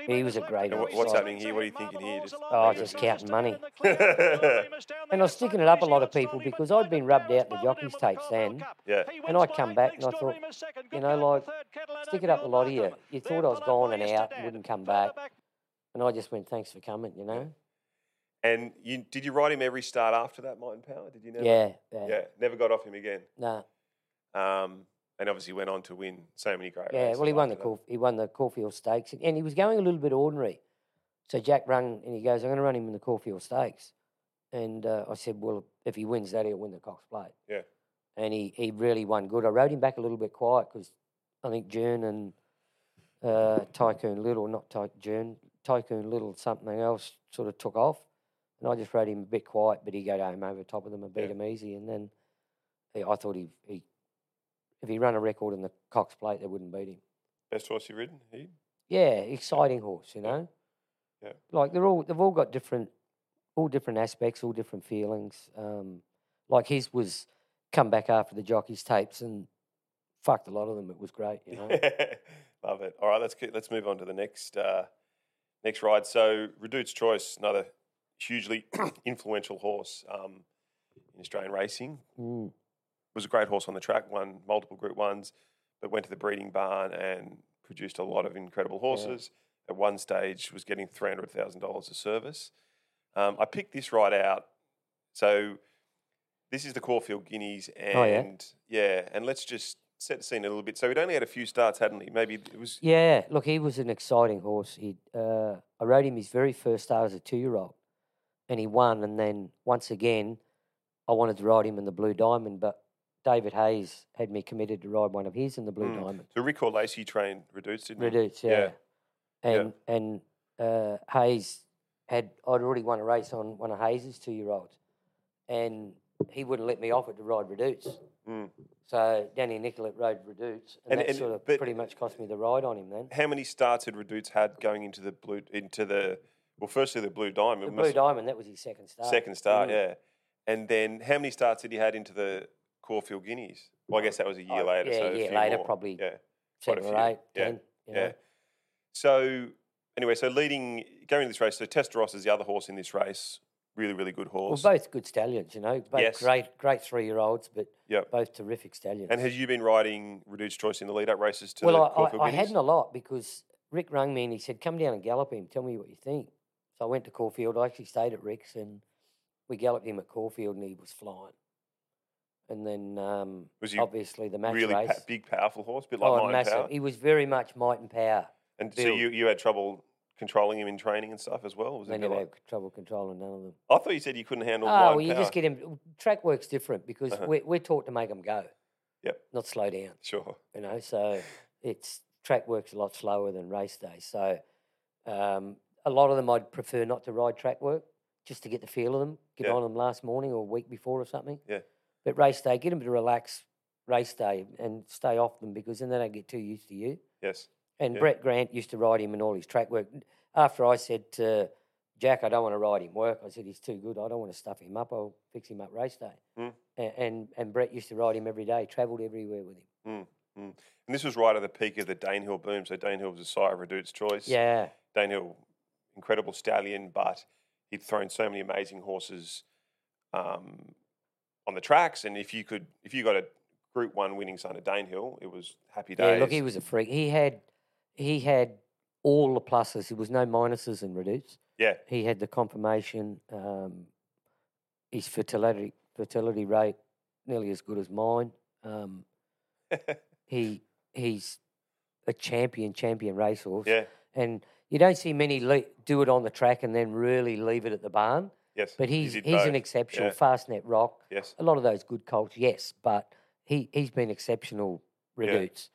Speaker 2: He was a great
Speaker 1: And what-
Speaker 2: horse.
Speaker 1: what's happening here? What are you thinking here? Just-
Speaker 3: oh, just counting money.
Speaker 2: And I was sticking it up a lot of people because I'd been rubbed out in the jockeys' tapes then.
Speaker 1: Yeah.
Speaker 3: And I come back and I thought, you know, like, stick it up a lot of you. You thought I was gone and out and wouldn't come back.
Speaker 2: And I just went, thanks for coming, you know?
Speaker 1: And you did you ride him every start after that, Martin Power? Did you never?
Speaker 2: Yeah. Yeah.
Speaker 1: Yeah. Never got off him again.
Speaker 2: Nah.
Speaker 1: Um, and obviously went on to win so many great
Speaker 2: Yeah,
Speaker 1: races
Speaker 2: well, he won the
Speaker 1: after that.
Speaker 2: Caul- he won the Caulfield Stakes, and he was going a little bit ordinary. So Jack rung and he goes, "I'm going to run him in the Caulfield Stakes," and uh, I said, "Well, if he wins that, he'll win the Cox Plate."
Speaker 1: Yeah.
Speaker 2: and he, he really won good. I rode him back a little bit quiet because I think Jern and uh, Tycoon Little, not Ty- Jern, Tycoon Little, something else sort of took off. And I just rode him a bit quiet, but he got home over top of them and beat
Speaker 1: Yeah.
Speaker 2: him easy. And then he, I thought he, he, if he run a record in the Cox plate, they wouldn't beat him.
Speaker 1: Best horse you've ridden? Ian?
Speaker 2: Yeah, exciting horse, you know.
Speaker 1: Yeah.
Speaker 2: Like they're all they've all got different, all different aspects, all different feelings. Um, like his was come back after the jockeys tapes and fucked a lot of them. It was great, you know.
Speaker 1: Love it. All right, let's get, let's move on to the next uh, next ride. So Redute's Choice, another hugely influential horse um, in Australian racing.
Speaker 2: Mm.
Speaker 1: was a great horse on the track, won multiple Group Ones, but went to the breeding barn and produced a lot of incredible horses. At one stage, was getting three hundred thousand dollars a service. Um, I picked this right out. So this is the Caulfield Guineas, and
Speaker 2: Oh, yeah.
Speaker 1: yeah. and let's just set the scene a little bit. So he'd only had a few starts, hadn't he? Maybe it was
Speaker 2: Yeah, look, he was an exciting horse. He, uh, I rode him his very first start as a two-year-old, and he won. And then once again, I wanted to ride him in the Blue Diamond, but David Hayes had me committed to ride one of his in the Blue
Speaker 1: Mm.
Speaker 2: Diamond.
Speaker 1: so Rick or Lacey trained Reduce, didn't he?
Speaker 2: Reduce, yeah.
Speaker 1: Mm. Yeah.
Speaker 2: And and uh, Hayes had I'd already won a race on one of Hayes's two year olds, and he wouldn't let me off it to ride Reduce.
Speaker 1: Mm.
Speaker 2: So Danny Nicollet rode Reduce, and,
Speaker 1: And-
Speaker 2: that
Speaker 1: and-
Speaker 2: sort of
Speaker 1: but-
Speaker 2: pretty much cost me the ride on him then.
Speaker 1: How many starts had Reduce had going into the blue into the well, firstly the Blue Diamond.
Speaker 2: The
Speaker 1: It must-
Speaker 2: Blue Diamond, that was his second start.
Speaker 1: Second start,
Speaker 2: Mm.
Speaker 1: yeah. And then how many starts did he had into the Caulfield Guineas? Well, I guess that was a year
Speaker 2: Oh,
Speaker 1: later.
Speaker 2: yeah,
Speaker 1: so
Speaker 2: a
Speaker 1: a
Speaker 2: year
Speaker 1: few
Speaker 2: later,
Speaker 1: more.
Speaker 2: probably
Speaker 1: Yeah, quite a
Speaker 2: seven or
Speaker 1: few.
Speaker 2: eight,
Speaker 1: Yeah,
Speaker 2: ten. you know.
Speaker 1: yeah. So anyway, so leading going into this race, so Testaros is the other horse in this race. Really, really good
Speaker 2: Well,
Speaker 1: horse.
Speaker 2: both good stallions, you know, both
Speaker 1: Yes.
Speaker 2: great, great three year olds, but
Speaker 1: Yep.
Speaker 2: both terrific stallions.
Speaker 1: and had you been riding Reduced Choice in the lead-up races to the
Speaker 2: well, I,
Speaker 1: Caulfield
Speaker 2: I, I
Speaker 1: Guineas?
Speaker 2: hadn't a lot because Rick rang me and he said, "Come down and gallop him. Tell me what you think." So I went to Caulfield. I actually stayed at Rick's and we galloped him at Caulfield, and he was flying. And then um,
Speaker 1: Was he
Speaker 2: obviously the match
Speaker 1: really
Speaker 2: race.
Speaker 1: pa- big, powerful horse, bit like
Speaker 2: oh,
Speaker 1: mine
Speaker 2: massive!
Speaker 1: Power.
Speaker 2: He was very much might and power.
Speaker 1: And so
Speaker 2: build.
Speaker 1: you, you had trouble controlling him in training and stuff as well. Was it
Speaker 2: They
Speaker 1: a bit
Speaker 2: never
Speaker 1: like,
Speaker 2: had trouble controlling none of them.
Speaker 1: I thought you said you couldn't handle.
Speaker 2: oh,
Speaker 1: Lion
Speaker 2: well, you
Speaker 1: power.
Speaker 2: just get him. Track work's different because
Speaker 1: Uh-huh.
Speaker 2: we're, we're taught to make them go,
Speaker 1: Yep.
Speaker 2: not slow down.
Speaker 1: sure.
Speaker 2: you know. So it's track work's a lot slower than race day. So um, a lot of them I'd prefer not to ride track work just to get the feel of them, get
Speaker 1: Yeah.
Speaker 2: on them last morning or week before or something.
Speaker 1: Yeah.
Speaker 2: But race day, get them to relax race day and stay off them because then they don't get too used to you.
Speaker 1: Yes.
Speaker 2: And
Speaker 1: Yeah.
Speaker 2: Brett Grant used to ride him in all his track work. After I said to Jack, I don't want to ride him work, I said, he's too good. I don't want to stuff him up. I'll fix him up race day.
Speaker 1: Mm.
Speaker 2: A- and, and Brett used to ride him every day, travelled everywhere with him.
Speaker 1: And this was right at the peak of the Danehill boom. So Danehill was a sire of Redute's choice.
Speaker 2: Yeah.
Speaker 1: Danehill, incredible stallion, but he'd thrown so many amazing horses um, on the tracks. And if you could, if you got a Group One winning son of Danehill, it was happy days.
Speaker 2: Yeah, look, he was a freak. He had he had all the pluses. There was no minuses in Reduce.
Speaker 1: yeah,
Speaker 2: He had the confirmation. Um, his fertility fertility rate nearly as good as mine. Um, he he's a champion champion racehorse.
Speaker 1: yeah,
Speaker 2: And you don't see many le- do it on the track and then really leave it at the barn.
Speaker 1: yes.
Speaker 2: But
Speaker 1: he
Speaker 2: he's
Speaker 1: did
Speaker 2: he's an
Speaker 1: both.
Speaker 2: exceptional
Speaker 1: yeah.
Speaker 2: fast net rock.
Speaker 1: Yes.
Speaker 2: A lot of those good colts, yes, but he he's been exceptional.
Speaker 1: Yeah.
Speaker 2: Reduce.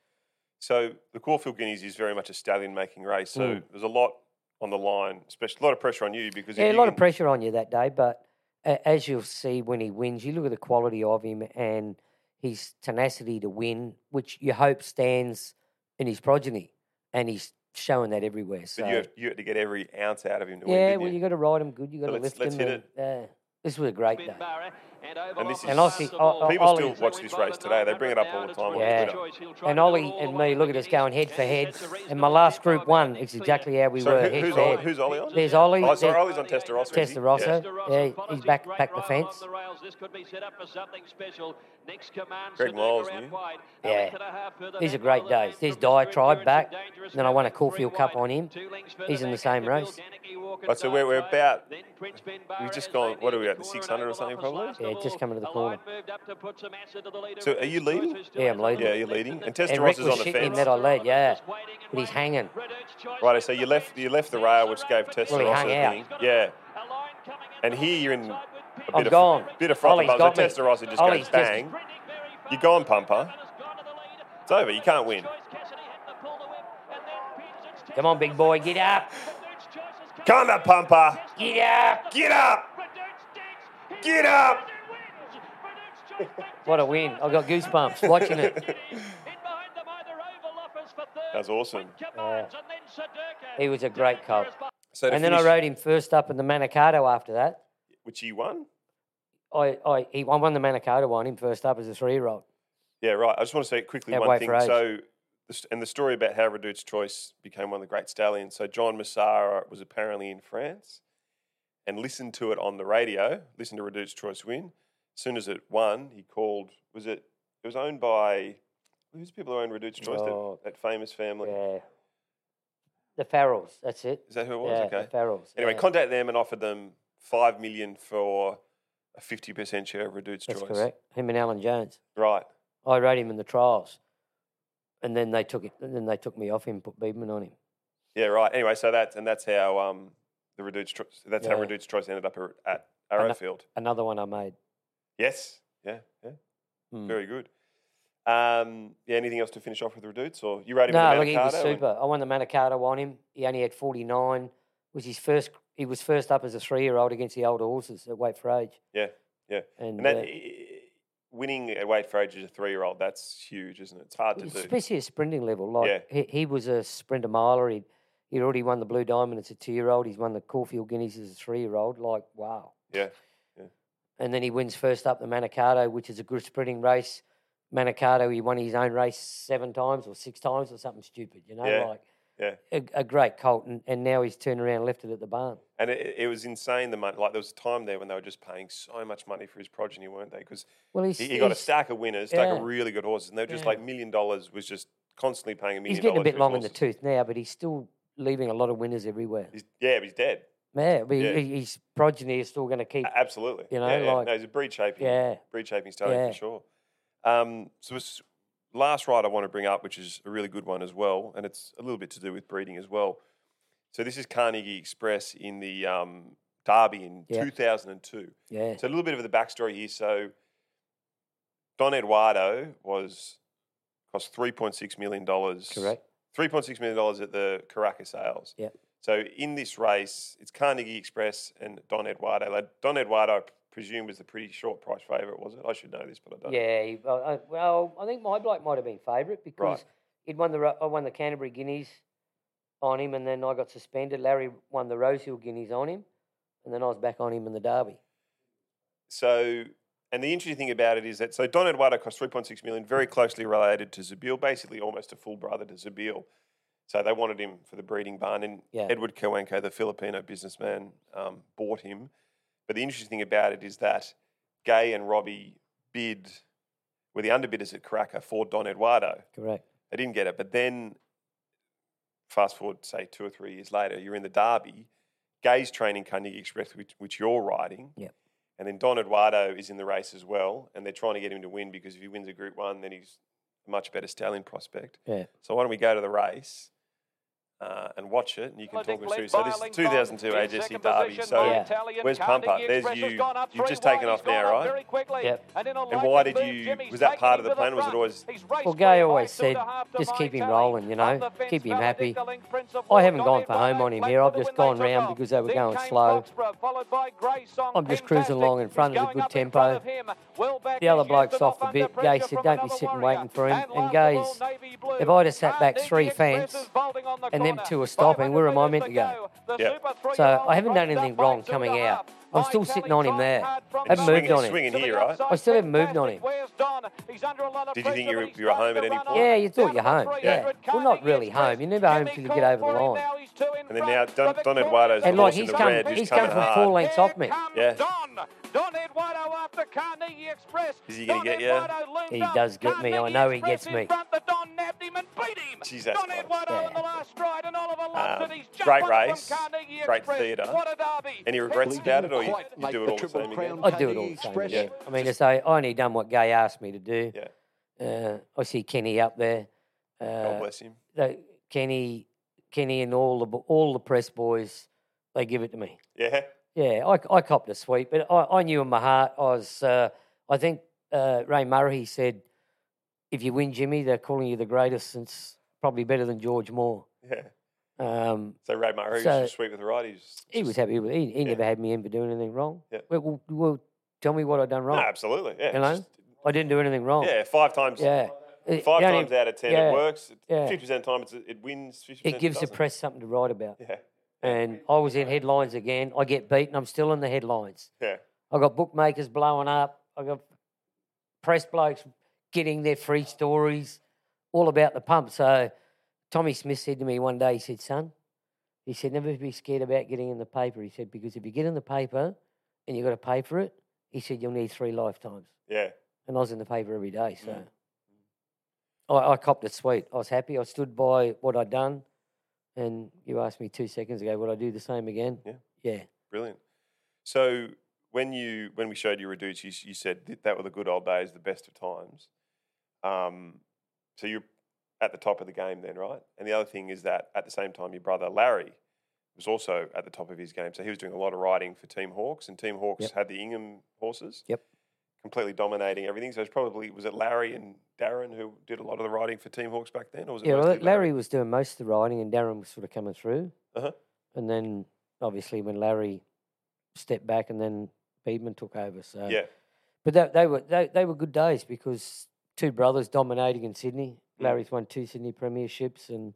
Speaker 1: So the Caulfield Guineas is very much a stallion making race. So
Speaker 2: Mm.
Speaker 1: there's a lot on the line, especially a lot of pressure on you because
Speaker 2: Yeah,
Speaker 1: if
Speaker 2: a
Speaker 1: you
Speaker 2: lot
Speaker 1: can,
Speaker 2: of pressure on you that day, but a- as you'll see when he wins, you look at the quality of him and his tenacity to win, which you hope stands in his progeny, and he's showing that everywhere. So
Speaker 1: But you, have, you had to get every ounce out of him to win.
Speaker 2: yeah,
Speaker 1: didn't
Speaker 2: well,
Speaker 1: you?
Speaker 2: you got to ride him good, you got to
Speaker 1: let's-
Speaker 2: lift
Speaker 1: let's
Speaker 2: him.
Speaker 1: hit
Speaker 2: and, uh, this was a great day.
Speaker 3: And,
Speaker 1: And this
Speaker 2: And
Speaker 1: is-
Speaker 2: Aussie, O- O-
Speaker 1: People
Speaker 2: Ollie,
Speaker 1: still watch this race today. They bring it up all the time on
Speaker 2: Yeah.
Speaker 1: Twitter.
Speaker 2: and Ollie and me, look at us going head for head. And my last group one is exactly how we
Speaker 1: So
Speaker 2: were
Speaker 1: who-
Speaker 2: head
Speaker 1: who's
Speaker 2: for
Speaker 1: Ollie-
Speaker 2: head.
Speaker 1: who's Ollie on?
Speaker 2: There's Ollie.
Speaker 1: Oh, sorry,
Speaker 2: there-
Speaker 1: Ollie's on Testarossa. is he?
Speaker 2: Testarossa.
Speaker 1: Yeah.
Speaker 2: Yeah, he's back back the fence.
Speaker 1: Greg Miles, you?
Speaker 2: Yeah. These are great days. There's Diatribe back. Then I won a Caulfield Cup on him. He's in the same race.
Speaker 1: Right, so we're, we're about, we've just gone, what are we at, the 600 or something probably?
Speaker 2: Yeah, just coming to the corner.
Speaker 1: So are you leading?
Speaker 2: Yeah, I'm leading.
Speaker 1: Yeah, you're leading. And
Speaker 2: And Rick
Speaker 1: Testaros
Speaker 2: was
Speaker 1: is on the
Speaker 2: shitting him
Speaker 1: fence.
Speaker 2: that I led, yeah. But he's hanging.
Speaker 1: Right, so you left you left the rail, which gave Testaros
Speaker 2: Well, he hung
Speaker 1: a
Speaker 2: out.
Speaker 1: thing. Yeah. And here you're in a bit
Speaker 2: I'm
Speaker 1: of,
Speaker 2: gone.
Speaker 1: bit of front
Speaker 2: Ollie's
Speaker 1: above.
Speaker 2: got me.
Speaker 1: So Testaros just
Speaker 2: Ollie's
Speaker 1: goes bang. You're gone, pumper. It's over. You can't win.
Speaker 2: Come on, big boy, get up.
Speaker 1: Come on, pumper.
Speaker 2: Get up.
Speaker 1: Get up. Get up.
Speaker 2: What a win. I got goosebumps watching it.
Speaker 1: That's awesome.
Speaker 2: Yeah. He was a great coach.
Speaker 1: So to
Speaker 2: And then I
Speaker 1: finish-
Speaker 2: rode him first up in the Manicato after that.
Speaker 1: Which you won?
Speaker 2: I, I, he, I won the Manicato one, him first up as a three year old.
Speaker 1: Yeah, right. I just want to say quickly
Speaker 2: Yeah,
Speaker 1: one
Speaker 2: wait
Speaker 1: thing.
Speaker 2: for age.
Speaker 1: So, this- and the story about how Redute's Choice became one of the great stallions. So, John Massara was apparently in France and listened to it on the radio, listened to Redute's Choice win. As soon as it won, he called, was it, it was owned by, who's the people who owned Redute's Choice? That-
Speaker 2: Oh.
Speaker 1: That, famous family.
Speaker 2: Yeah. The Farrells, that's it.
Speaker 1: Is that who it was?
Speaker 2: Yeah,
Speaker 1: okay.
Speaker 2: the Farrells.
Speaker 1: Anyway,
Speaker 2: yeah.
Speaker 1: contact them and offered them five million for a fifty percent share of Redute's
Speaker 2: That's
Speaker 1: Choice.
Speaker 2: correct. Him and Alan Jones.
Speaker 1: Right.
Speaker 2: I rode him in the trials, and then they took it. Then they took me off him, put Biedman on him.
Speaker 1: Yeah. Right. Anyway, so that's and that's how um the Redute's Choice. That's how
Speaker 2: Yeah.
Speaker 1: Redute's Choice ended up ar- at
Speaker 2: know.
Speaker 1: Arrowfield.
Speaker 2: Another one I made.
Speaker 1: Yes. Yeah. Yeah.
Speaker 2: Hmm.
Speaker 1: Very good. Um, yeah. Anything else to finish off with Redute's or you rated him?
Speaker 2: No,
Speaker 1: with
Speaker 2: look, he was
Speaker 1: Manicato and-
Speaker 2: super. I won the Manicato on him. He only had forty nine. Was his first. He was first up as a three year old against the older horses at Wait for Age.
Speaker 1: Yeah, yeah.
Speaker 2: and,
Speaker 1: And that
Speaker 2: uh,
Speaker 1: i- winning at weight for age as a three-year-old, that's huge, isn't it? It's hard to do.
Speaker 2: especially at sprinting level. Like he, he was a sprinter miler. He'd, he'd already won the Blue Diamond as a two year old. He's won the Caulfield Guineas as a three year old. Like wow.
Speaker 1: Yeah, yeah.
Speaker 2: And then he wins first up the Manicato, which is a good sprinting race. Manicato, he won his own race seven times or six times or something stupid. You know,
Speaker 1: Yeah,
Speaker 2: like
Speaker 1: yeah.
Speaker 2: A, a great colt, and, and now he's turned around, and left it at the barn.
Speaker 1: And it, it was insane the money. Like there was a time there when they were just paying so much money for his progeny, weren't they? Because
Speaker 2: Well, he's
Speaker 1: he, he got a
Speaker 2: he's-
Speaker 1: stack of winners, stack of
Speaker 2: yeah.
Speaker 1: really good horses, and they were just
Speaker 2: Yeah.
Speaker 1: like million dollars was just constantly paying a million.
Speaker 2: He's getting a
Speaker 1: dollars
Speaker 2: bit
Speaker 1: for his
Speaker 2: long in the
Speaker 1: horses.
Speaker 2: tooth now, but he's still leaving a lot of winners everywhere.
Speaker 1: He's, yeah, but he's dead.
Speaker 2: Yeah, but
Speaker 1: Yeah.
Speaker 2: he his progeny is still going to keep.
Speaker 1: A- Absolutely.
Speaker 2: You know,
Speaker 1: yeah, yeah.
Speaker 2: like-
Speaker 1: no, he's a breed shaping,
Speaker 2: Yeah,
Speaker 1: breed shaping stallion
Speaker 2: Yeah.
Speaker 1: for sure. Um, so this last ride I want to bring up, which is a really good one as well, and it's a little bit to do with breeding as well. So this is Carnegie Express in the um, Derby in
Speaker 2: Yeah.
Speaker 1: 2002.
Speaker 2: yeah.
Speaker 1: So a little bit of the backstory here. So Don Eduardo was cost three point six million dollars.
Speaker 2: Correct.
Speaker 1: Three point six million dollars at the Caracas sales.
Speaker 2: Yep.
Speaker 1: So in this race, it's Carnegie Express and Don Eduardo. Like, Don Eduardo, I presume, was the pretty short price favourite, was it? I should know this, but I don't.
Speaker 2: Yeah, he- well, I- well, I think my bloke might have been favourite because he'd won the Ro- I won the Canterbury Guineas on him, and then I got suspended. Larry won the Rosehill Guineas on him, and then I was back on him in the Derby.
Speaker 1: So, and the interesting thing about it is that so Don Eduardo cost 3.6 million, very closely related to Zabil, basically almost a full brother to Zabil. So they wanted him for the breeding barn, and
Speaker 2: Yeah.
Speaker 1: Edward Kawenko, the Filipino businessman, um, bought him. But the interesting thing about it is that Gay and Robbie bid were the underbidders at Karaka for Don Eduardo.
Speaker 2: Correct.
Speaker 1: They didn't get it, but then fast forward, say two or three years later, you're in the Derby. Gay's training Carnegie Express, which, which you're riding.
Speaker 2: Yep.
Speaker 1: And then Don Eduardo is in the race as well, and they're trying to get him to win because if he wins a Group One, then he's a much better stallion prospect.
Speaker 2: Yeah.
Speaker 1: So why don't we go to the race uh, and watch it, and you can talk us through. So this is 2002 AJC Derby. So
Speaker 2: Yeah.
Speaker 4: where's Pump Up? There's you. You've just taken off now, right?
Speaker 2: Yep.
Speaker 1: And why did you- was that part of the plan, or was it always-
Speaker 4: Well, Gay always said, just keep him rolling, you know, keep him happy. I haven't gone for home on him here. I've just gone round because they were going slow. I'm just cruising along in front of a good tempo. The other bloke's off a bit. Gay said, don't be sitting waiting for him. And Gay's, if I'd have sat back three fence and them two are stopping, where am I meant to go?
Speaker 1: Yep.
Speaker 4: So I haven't done anything wrong coming out. I'm still sitting on him there.
Speaker 1: It's
Speaker 4: Haven't moved
Speaker 1: swinging-
Speaker 4: on him.
Speaker 1: swinging here, right?
Speaker 4: I still haven't moved on him.
Speaker 1: Did you think you were- you were home at any point?
Speaker 4: Yeah, you thought you're home. Yeah. Well, not really home. You're never home till you get over the line.
Speaker 1: And then now Don- Don Eduardo's
Speaker 4: and
Speaker 1: the
Speaker 4: like
Speaker 1: horse in
Speaker 2: he's
Speaker 1: the
Speaker 2: come,
Speaker 1: red who's
Speaker 2: he's come
Speaker 1: coming
Speaker 2: from
Speaker 1: hard.
Speaker 2: four lengths off me.
Speaker 1: Yeah.
Speaker 4: Don. Don Eduardo after Carnegie Express.
Speaker 1: Is he gonna
Speaker 4: Don
Speaker 1: get you?
Speaker 4: Eduardo loomed
Speaker 2: He
Speaker 4: up.
Speaker 2: does get me. I
Speaker 4: Carnegie
Speaker 2: know he
Speaker 4: Express
Speaker 2: gets
Speaker 4: in
Speaker 2: me.
Speaker 4: front. The Don nabbed him and beat him.
Speaker 1: Jeez, that's
Speaker 4: Don
Speaker 1: close.
Speaker 4: Eduardo in
Speaker 2: Yeah.
Speaker 4: the last stride and Oliver Lumpton.
Speaker 1: Um,
Speaker 4: he's just
Speaker 1: great
Speaker 4: won from
Speaker 1: race,
Speaker 4: Carnegie
Speaker 1: great
Speaker 4: Express.
Speaker 1: theatre.
Speaker 4: What a derby.
Speaker 1: Any regrets about it, or you, you do it all the same again?
Speaker 2: I do it all the same.
Speaker 3: Express.
Speaker 2: Yeah. I mean, it's I I only done what Gay asked me to do.
Speaker 1: Yeah.
Speaker 2: Uh, I see Kenny up there.
Speaker 1: God
Speaker 2: Uh,
Speaker 1: bless him.
Speaker 2: they- Kenny, Kenny, and all the bo- all the press boys, they give it to me.
Speaker 1: Yeah.
Speaker 2: Yeah, I, I copped a sweep, but I, I knew in my heart I was. Uh, I think uh, Ray Murray said if you win, Jimmy, they're calling you the greatest since probably better than George Moore.
Speaker 1: Yeah.
Speaker 2: Um,
Speaker 1: So Ray Murray
Speaker 2: So-
Speaker 1: was just sweet with the right. He's just,
Speaker 2: he was happy with it. He, he
Speaker 1: Yeah.
Speaker 2: never had me in for doing anything wrong.
Speaker 1: Yeah.
Speaker 2: Well, well, well, tell me what i done
Speaker 1: No,
Speaker 2: wrong.
Speaker 1: absolutely. Yeah.
Speaker 2: You know?
Speaker 1: it's just-
Speaker 2: I didn't do anything wrong.
Speaker 1: yeah. Five times.
Speaker 2: Yeah. It-
Speaker 1: Five
Speaker 2: the only-
Speaker 1: times out of ten,
Speaker 2: yeah,
Speaker 1: it works.
Speaker 2: yeah.
Speaker 1: Fifty percent of the time, it's, it wins. 50%
Speaker 2: It gives the
Speaker 1: doesn't.
Speaker 2: press something to write about.
Speaker 1: Yeah.
Speaker 2: And I was in headlines again. I get beaten. I'm still in the headlines.
Speaker 1: Yeah.
Speaker 2: I got bookmakers blowing up. I got press blokes getting their free stories, all about the pump. So Tommy Smith said to me one day, he said, "Son, he said never be scared about getting in the paper." He said because if you get in the paper and you got to pay for it, he said you'll need three lifetimes.
Speaker 1: Yeah.
Speaker 2: And I was in the paper every day, so
Speaker 1: Mm.
Speaker 2: I, I copped it sweet. I was happy. I stood by what I'd done. And you asked me two seconds ago, would I do the same again?
Speaker 1: Yeah.
Speaker 2: Yeah.
Speaker 1: Brilliant. So when you when we showed you Reduce, you, s- you said that, that were the good old days, the best of times. Um, so you're at the top of the game then, right? And the other thing is that at the same time, your brother Larry was also at the top of his game. So he was doing a lot of riding for Team Hawks, and Team Hawks
Speaker 2: Yep.
Speaker 1: had the Ingham horses.
Speaker 2: Yep.
Speaker 1: Completely dominating everything. So it's probably was it Larry and Darren who did a lot of the riding for Team Hawks back then, or was it
Speaker 2: Yeah, well,
Speaker 1: mostly
Speaker 2: Larry, was doing most of the riding, and Darren was sort of coming through.
Speaker 1: Uh-huh.
Speaker 2: And then, obviously, when Larry stepped back, and then Beedman took over. So,
Speaker 1: Yeah,
Speaker 2: but that, they were they, they were good days because two brothers dominating in Sydney.
Speaker 1: Mm.
Speaker 2: Larry's won two Sydney premierships, and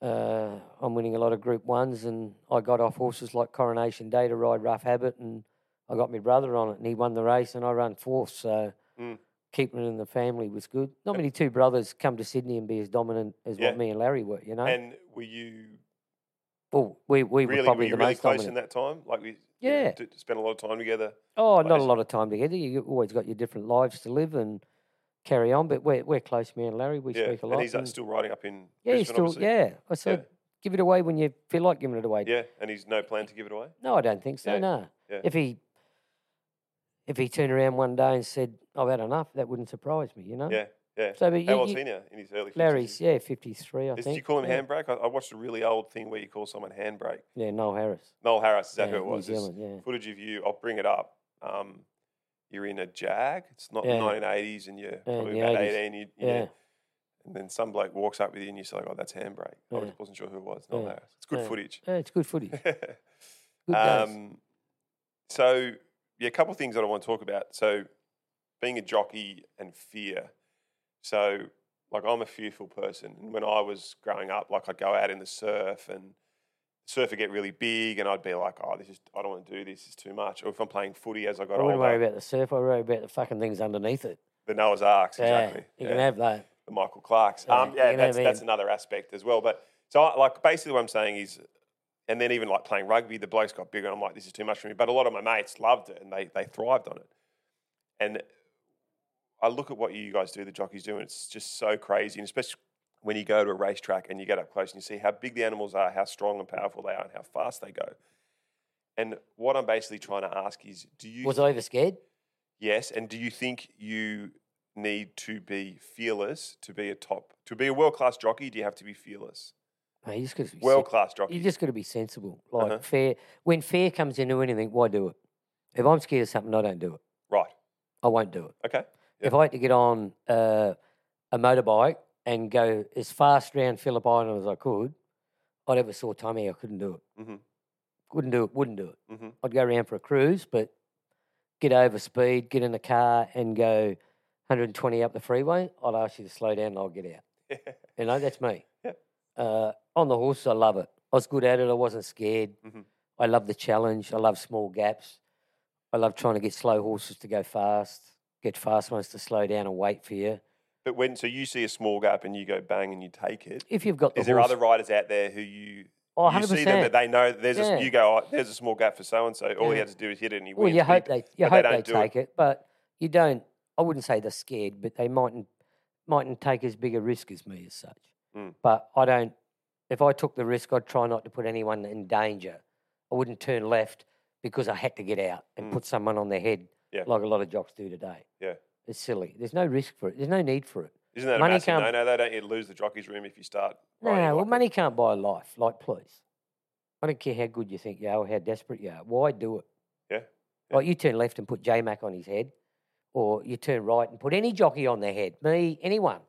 Speaker 2: uh, I'm winning a lot of Group Ones. And I got off horses like Coronation Day to ride Rough Habit, and I got my brother on it, and he won the race, and I ran fourth. So.
Speaker 1: Mm.
Speaker 2: Keeping it in the family was good. Not many two brothers come to Sydney and be as dominant as
Speaker 1: Yeah.
Speaker 2: what me and Larry were. You know,
Speaker 1: and were you
Speaker 2: well, we, we were
Speaker 1: really were
Speaker 2: probably
Speaker 1: you
Speaker 2: the
Speaker 1: really
Speaker 2: most
Speaker 1: close
Speaker 2: dominant.
Speaker 1: in that time? Like we
Speaker 2: Yeah.
Speaker 1: d- spent a lot of time together.
Speaker 2: Oh, not a
Speaker 1: place.
Speaker 2: lot of time together. You always got your different lives to live and carry on. But we're we're close, me and Larry. We
Speaker 1: yeah,
Speaker 2: speak a lot.
Speaker 1: and he's uh,
Speaker 2: and-
Speaker 1: still riding up in
Speaker 2: yeah, he's
Speaker 1: Brisbane,
Speaker 2: still
Speaker 1: obviously.
Speaker 2: yeah. I said, give it away when you feel like giving it away.
Speaker 1: yeah, and he's no plan to give it away.
Speaker 2: No, I don't think so.
Speaker 1: Yeah,
Speaker 2: No.
Speaker 1: yeah.
Speaker 2: If he if he turned around one day and said, "I've had enough," that wouldn't surprise me. You know.
Speaker 1: Yeah, yeah.
Speaker 2: So, but
Speaker 1: How
Speaker 2: you,
Speaker 1: old's
Speaker 2: you-
Speaker 1: he now? In his early 50s?
Speaker 2: Larry's yeah, fifty three. I
Speaker 1: Is, do
Speaker 2: think.
Speaker 1: you call him
Speaker 2: yeah.
Speaker 1: handbrake? I, I watched a really old thing where you call someone handbrake.
Speaker 2: Yeah, Noel Harris.
Speaker 1: Noel Harris, is that
Speaker 2: yeah,
Speaker 1: who it was?
Speaker 2: New
Speaker 1: There's
Speaker 2: Zealand. Yeah.
Speaker 1: Footage of you. I'll bring it up. Um, you're in a Jag. It's not
Speaker 2: Yeah.
Speaker 1: the 1980s, and you're probably
Speaker 2: the
Speaker 1: about
Speaker 2: 80s.
Speaker 1: 18. You, you
Speaker 2: Yeah.
Speaker 1: know, and then some bloke walks up with you, and you say, "Oh, that's handbrake." I
Speaker 2: Yeah.
Speaker 1: just wasn't sure who it was. Noel
Speaker 2: Yeah.
Speaker 1: Harris. It's good
Speaker 2: Yeah.
Speaker 1: footage.
Speaker 2: Yeah, it's good footage. Good days.
Speaker 1: Um, so, yeah, a couple of things that I want to talk about. So, being a jockey and fear. So, like, I'm a fearful person. And when I was growing up, like, I'd go out in the surf and the surf would get really big, and I'd be like, oh, this is, I don't want to do this, it's too much. Or if I'm playing footy as I
Speaker 2: I
Speaker 1: got
Speaker 2: wouldn't worry
Speaker 1: older,
Speaker 2: about the surf. I worry about the fucking things underneath it.
Speaker 1: the Noah's Arks, exactly.
Speaker 2: Yeah, you
Speaker 1: Yeah
Speaker 2: can have that.
Speaker 1: the Michael Clarks.
Speaker 2: Yeah,
Speaker 1: um,
Speaker 2: you
Speaker 1: yeah
Speaker 2: know
Speaker 1: that's,
Speaker 2: what I
Speaker 1: that's
Speaker 2: mean?
Speaker 1: another aspect as well. But so, I, like, basically, what I'm saying is, and then even like playing rugby, the blokes got bigger, and I'm like, this is too much for me. But a lot of my mates loved it, and they they thrived on it. And I look at what you guys do, the jockeys do, and it's just so crazy, and especially when you go to a racetrack and you get up close and you see how big the animals are, how strong and powerful they are, and how fast they go. And what I'm basically trying to ask is, do you
Speaker 2: Was I ever scared?
Speaker 1: Yes, and do you think you need to be fearless to be a top to be a world class jockey? Do you have to be fearless?
Speaker 2: No, you just got to be.
Speaker 1: World
Speaker 2: sen-
Speaker 1: class
Speaker 2: you
Speaker 1: jockey.
Speaker 2: just got to be sensible. Like
Speaker 1: Uh-huh.
Speaker 2: fair. When fear comes into anything, why do it? If I'm scared of something, I don't do it.
Speaker 1: Right.
Speaker 2: I won't do it.
Speaker 1: Okay.
Speaker 2: If I had to get on uh, a motorbike and go as fast round Phillip Island as I could, I'd ever saw Tommy. I couldn't do it.
Speaker 1: Mhm.
Speaker 2: Couldn't do it. Wouldn't do it.
Speaker 1: Mhm.
Speaker 2: I'd go around for a cruise, but get over speed, get in a car, and go 120 up the freeway. I'd ask you to slow down, and I'll get out. You know, that's me.
Speaker 1: Yeah.
Speaker 2: Uh, on the horse, I love it. I was good at it. I wasn't scared.
Speaker 1: Mhm.
Speaker 2: I love the challenge. I love small gaps. I love trying to get slow horses to go fast, get fast ones to slow down and wait for you.
Speaker 1: But when so you see a small gap and you go bang and you take it,
Speaker 2: If you've got the
Speaker 1: is there
Speaker 2: horse,
Speaker 1: other riders out there who you you
Speaker 2: oh, 100%.
Speaker 1: see them that they know that there's
Speaker 2: Yeah.
Speaker 1: a you go oh, there's a small gap for so and so. All
Speaker 2: Yeah.
Speaker 1: he had to do is hit it and he
Speaker 2: well,
Speaker 1: wins.
Speaker 2: you
Speaker 1: but he-
Speaker 2: hope they, you
Speaker 1: but
Speaker 2: hope
Speaker 1: they
Speaker 2: they,
Speaker 1: don't do it.
Speaker 2: take it. but you don't. I wouldn't say they're scared, but they mightn't mightn't take as big a risk as me as such.
Speaker 1: Mm.
Speaker 2: But I don't. If I took the risk, I'd try not to put anyone in danger. I wouldn't turn left because I had to get out and
Speaker 1: Mm.
Speaker 2: put someone on their head,
Speaker 1: Yeah.
Speaker 2: like a lot of jocks do today.
Speaker 1: Yeah.
Speaker 2: it's silly. There's no risk for it. There's no need for it.
Speaker 1: Isn't that
Speaker 2: money
Speaker 1: a massive
Speaker 2: come-
Speaker 1: no no? They don't you lose the jockey's room if you start.
Speaker 2: No,
Speaker 1: riding
Speaker 2: well,
Speaker 1: like a-
Speaker 2: money can't buy a life. Like, please. I don't care how good you think you are or how desperate you are. Why do it?
Speaker 1: Yeah, yeah.
Speaker 2: Like, you turn left and put J Mac on his head, or you turn right and put any jockey on their head, me, anyone.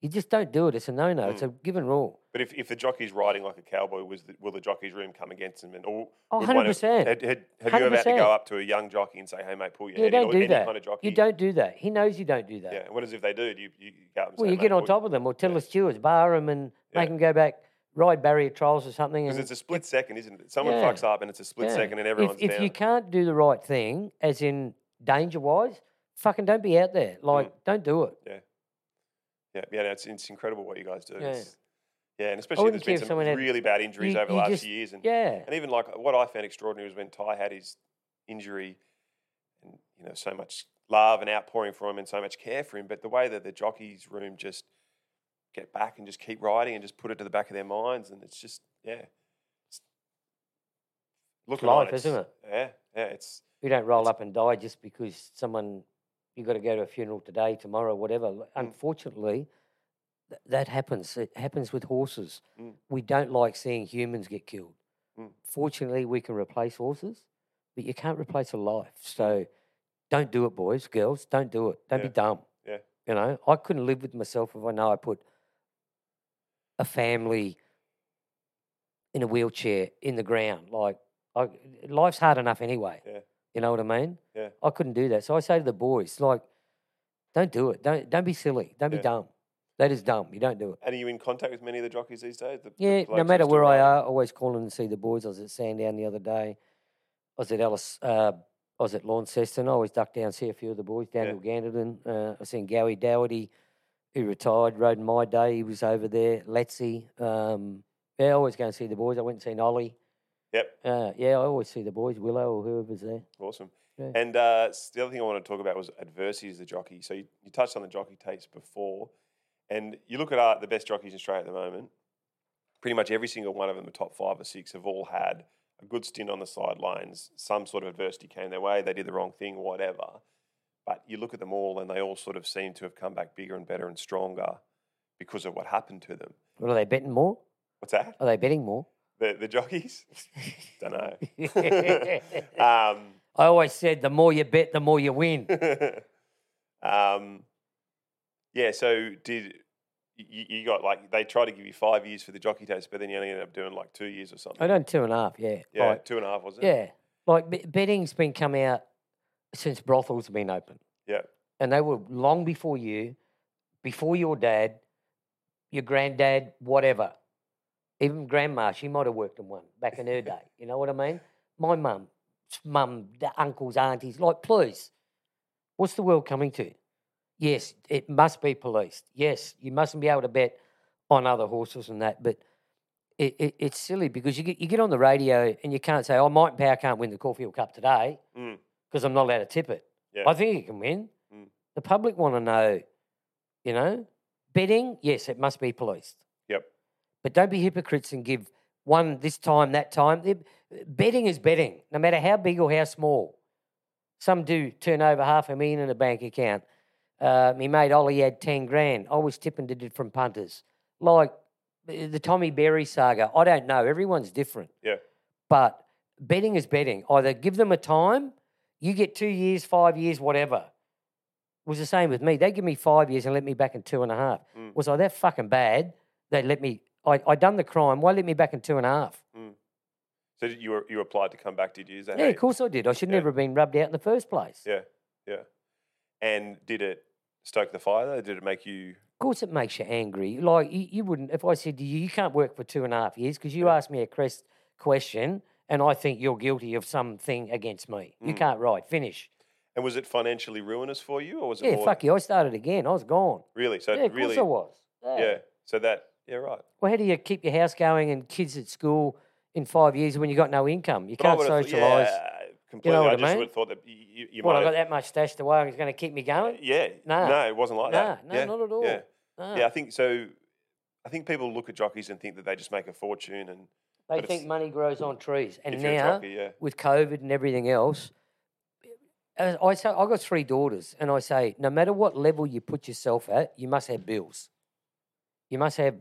Speaker 2: You just don't do it. It's a no no.
Speaker 1: Hmm.
Speaker 2: It's a given rule.
Speaker 1: But if, if the jockey's riding like a cowboy, was the, will the jockey's room come against him? And all
Speaker 2: Oh,
Speaker 1: would one of-
Speaker 2: 100%.
Speaker 1: Had, had, have you ever had to
Speaker 2: 100%%.
Speaker 1: go up to a young jockey and say, "Hey, mate, pull your
Speaker 2: Yeah, you
Speaker 1: head in,"
Speaker 2: don't
Speaker 1: or
Speaker 2: do
Speaker 1: any
Speaker 2: that.
Speaker 1: kind of jockey?
Speaker 2: You don't do that. He knows you don't do that.
Speaker 1: Yeah. and What is if they do? Do you, you go up and
Speaker 2: Well,
Speaker 1: say,
Speaker 2: you get on top of them or tell the stewards, bar them and
Speaker 1: Yeah.
Speaker 2: make them go back, ride barrier trials or something.
Speaker 1: Because
Speaker 2: And
Speaker 1: it's a split second, isn't it? Someone
Speaker 2: Yeah.
Speaker 1: fucks up and it's a split
Speaker 2: yeah.
Speaker 1: second, and
Speaker 2: If-
Speaker 1: everyone's
Speaker 2: if,
Speaker 1: down.
Speaker 2: you can't do the right thing, as in danger wise, fucking don't be out
Speaker 1: Hmm.
Speaker 2: there. Like, don't do it.
Speaker 1: Yeah, yeah, no, it's, it's incredible what you guys do.
Speaker 2: Yeah.
Speaker 1: It's- Yeah, and especially
Speaker 2: wouldn't
Speaker 1: there's been
Speaker 2: care if
Speaker 1: some
Speaker 2: someone had-
Speaker 1: really bad injuries
Speaker 2: You-
Speaker 1: over the
Speaker 2: you
Speaker 1: last
Speaker 2: just-
Speaker 1: few years, and
Speaker 2: Yeah.
Speaker 1: and even like what I found extraordinary was when Ty had his injury, and you know so much love and outpouring for him, and so much care for him, but the way that the jockeys room just get back and just keep riding and just put it to the back of their minds, and it's just yeah. It's- Looking on,
Speaker 2: life, isn't
Speaker 1: it's- Yeah, yeah, it's
Speaker 2: You don't roll up and die just because someone you got to go to a funeral today, tomorrow, whatever.
Speaker 1: Mm.
Speaker 2: L- Unfortunately, th- that happens. It happens with horses.
Speaker 1: Mm.
Speaker 2: We don't like seeing humans get killed.
Speaker 1: Mm.
Speaker 2: Fortunately, we can replace horses, but you can't replace a life. So don't do it, boys, girls. Don't do it. Don't
Speaker 1: Yeah.
Speaker 2: be dumb.
Speaker 1: Yeah.
Speaker 2: You know, I couldn't live with myself if I know I put a family in a wheelchair in the ground. Like, I, life's hard enough anyway.
Speaker 1: Yeah.
Speaker 2: You know what I mean?
Speaker 1: Yeah.
Speaker 2: I couldn't do that. So I say to the boys, like, don't do it. Don't don't be silly. Don't
Speaker 1: Yeah.
Speaker 2: be dumb. That is dumb. You don't do it.
Speaker 1: And are you in contact with many of the jockeys these days? The- the
Speaker 2: Yeah,
Speaker 1: blokes that
Speaker 2: no
Speaker 1: are
Speaker 2: matter
Speaker 1: still
Speaker 2: where I
Speaker 1: riding?
Speaker 2: are, I always call in and see the boys. I was at Sandown the other day. I was at Alice. Uh, I was at Launceston. I always duck down, see a few of the boys. Daniel Ganderton. Uh, I seen Gowie Dougherty, who retired, rode in my day. He was over there. Letsy. Um, yeah, I always go and see the boys. I went and seen Ollie.
Speaker 1: Yep.
Speaker 2: Uh, yeah, I always see the boys, Willow or whoever's there.
Speaker 1: Awesome.
Speaker 2: Yeah.
Speaker 1: And uh, s- the other thing I want to talk about was adversity as a jockey. So you, you touched on the jockey tapes before, and you look at our, the best jockeys in Australia at the moment. Pretty much every single one of them, the top five or six, have all had a good stint on the sidelines. Some sort of adversity came their way. They did the wrong thing, whatever. But you look at them all, and they all sort of seem to have come back bigger and better and stronger because of what happened to them.
Speaker 2: What are they betting more?
Speaker 1: What's that?
Speaker 2: Are they betting more?
Speaker 1: The, the jockeys? Don't know.
Speaker 2: I
Speaker 1: um,
Speaker 2: always said the more you bet, the more you win.
Speaker 1: um, yeah, so did you, you got like they tried to give you five years for the jockey test, but then you only ended up doing like two years or something.
Speaker 2: I done two and a half, yeah.
Speaker 1: Yeah,
Speaker 2: Like,
Speaker 1: two and a half was it?
Speaker 2: yeah. Like be- betting's been come out since brothels have been open.
Speaker 1: yeah,
Speaker 2: And they were long before you, before your dad, your granddad, whatever. Even grandma, she might have worked in one back in her day. You know what I mean? My mum, mum, the uncles, aunties, like, please, what's the world coming to? Yes, it must be policed. Yes, you mustn't be able to bet on other horses and that, but it, it, it's silly because you get, you get on the radio and you can't say, oh, Mike Power can't win the Caulfield Cup today
Speaker 1: Mm.
Speaker 2: because I'm not allowed to tip it.
Speaker 1: Yeah.
Speaker 2: I think he can win.
Speaker 1: Mm.
Speaker 2: The public want to know, you know, betting, yes, it must be policed.
Speaker 1: Yep.
Speaker 2: But don't be hypocrites and give one this time, that time. It- Betting is betting, no matter how big or how small. Some do turn over half a million in a bank account. Uh, me mate Ollie had 10 grand. I was tipping did it from punters. Like uh, the Tommy Berry saga. I don't know. Everyone's different.
Speaker 1: Yeah.
Speaker 2: But betting is betting. Either give them a time, you get two years, five years, whatever. Was the same with me. They give me five years and let me back in two and a half.
Speaker 1: Mm.
Speaker 2: Was I that fucking bad? They let me. I, I done the crime. Why let me back in two and a half?
Speaker 1: So did you were, you applied to come back? Did you? Is that
Speaker 2: Yeah,
Speaker 1: how
Speaker 2: of
Speaker 1: you-
Speaker 2: course I did. I should
Speaker 1: Yeah.
Speaker 2: never have been rubbed out in the first place.
Speaker 1: Yeah, yeah. And did it stoke the fire? Though? Did it make you?
Speaker 2: Of course, it makes you angry. Like you, you wouldn't. If I said to you, you can't work for two and a half years because you
Speaker 1: Yeah.
Speaker 2: asked me a crest question, and I think you're guilty of something against me. You
Speaker 1: Mm.
Speaker 2: can't ride. Finish.
Speaker 1: And was it financially ruinous for you, or was it
Speaker 2: Yeah,
Speaker 1: more
Speaker 2: fuck you. I started again. I was gone.
Speaker 1: really? So
Speaker 2: yeah,
Speaker 1: it
Speaker 2: of
Speaker 1: really,
Speaker 2: course I was. Yeah.
Speaker 1: yeah. So that, yeah, right.
Speaker 2: Well, how do you keep your house going and kids at school in five years when you got no income? You
Speaker 1: But I
Speaker 2: can't
Speaker 1: would've thought-
Speaker 2: socialise.
Speaker 1: yeah, completely.
Speaker 2: what
Speaker 1: I
Speaker 2: I
Speaker 1: just
Speaker 2: mean?
Speaker 1: would have thought that you, you, you
Speaker 2: Well,
Speaker 1: might
Speaker 2: I
Speaker 1: have-
Speaker 2: got that much stashed away. and It's going to keep me going.
Speaker 1: Yeah.
Speaker 2: Nah.
Speaker 1: No, it wasn't like that.
Speaker 2: Nah, no,
Speaker 1: yeah.
Speaker 2: not at all.
Speaker 1: Yeah.
Speaker 2: No.
Speaker 1: yeah, I think so. I think people look at jockeys and think that they just make a fortune, and
Speaker 2: they
Speaker 1: but it's-
Speaker 2: think money grows on trees, and
Speaker 1: if you're a
Speaker 2: now
Speaker 1: jockey, yeah,
Speaker 2: with COVID and everything else, as I say I got three daughters, and I say no matter what level you put yourself at, you must have bills. You must have. y-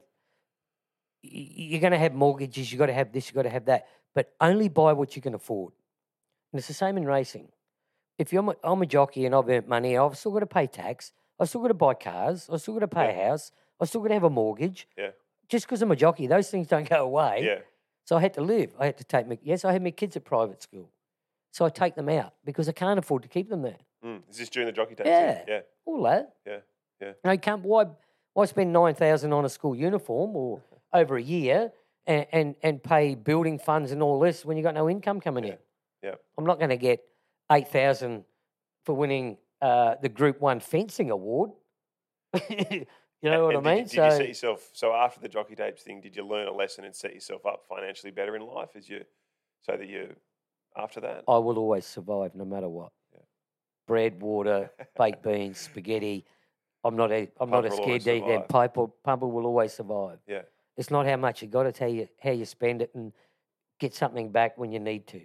Speaker 2: y- You're going to have mortgages. You got to have this. You got to have that. But only buy what you can afford. And it's the same in racing. if you're, my- I'm a jockey and I've earned money, I've still got to pay tax. I've still got to buy cars. I've still got to pay a house. I've still got to have a mortgage.
Speaker 1: Yeah.
Speaker 2: Just because I'm a jockey, those things don't go away.
Speaker 1: Yeah.
Speaker 2: So I had to live. I had to take my yes, I had my kids at private school. So I take them out because I can't afford to keep them there.
Speaker 1: Mm. Is this during the jockey days?
Speaker 2: Yeah.
Speaker 1: Yeah.
Speaker 2: All that.
Speaker 1: Yeah, yeah.
Speaker 2: You know, you can't why why spend nine thousand on a school uniform or over a year and, and and pay building funds and all this when you got no income coming
Speaker 1: Yeah,
Speaker 2: in.
Speaker 1: yeah.
Speaker 2: I'm not going to get eight thousand for winning uh, the Group One fencing award. you know what
Speaker 1: And
Speaker 2: I
Speaker 1: did
Speaker 2: mean?
Speaker 1: You, did you set yourself so after the jockey tapes thing? Did you learn a lesson and set yourself up financially better in life as you, so that you, after that?
Speaker 2: I will always survive no matter what.
Speaker 1: Yeah.
Speaker 2: Bread, water, baked beans, spaghetti. I'm not a I'm not
Speaker 1: Pumper
Speaker 2: a
Speaker 1: will always
Speaker 2: scared deed then
Speaker 1: survive.
Speaker 2: pipe or pumper will always survive.
Speaker 1: Yeah.
Speaker 2: It's not how much you got, it's how you how you spend it and get something back when you need to.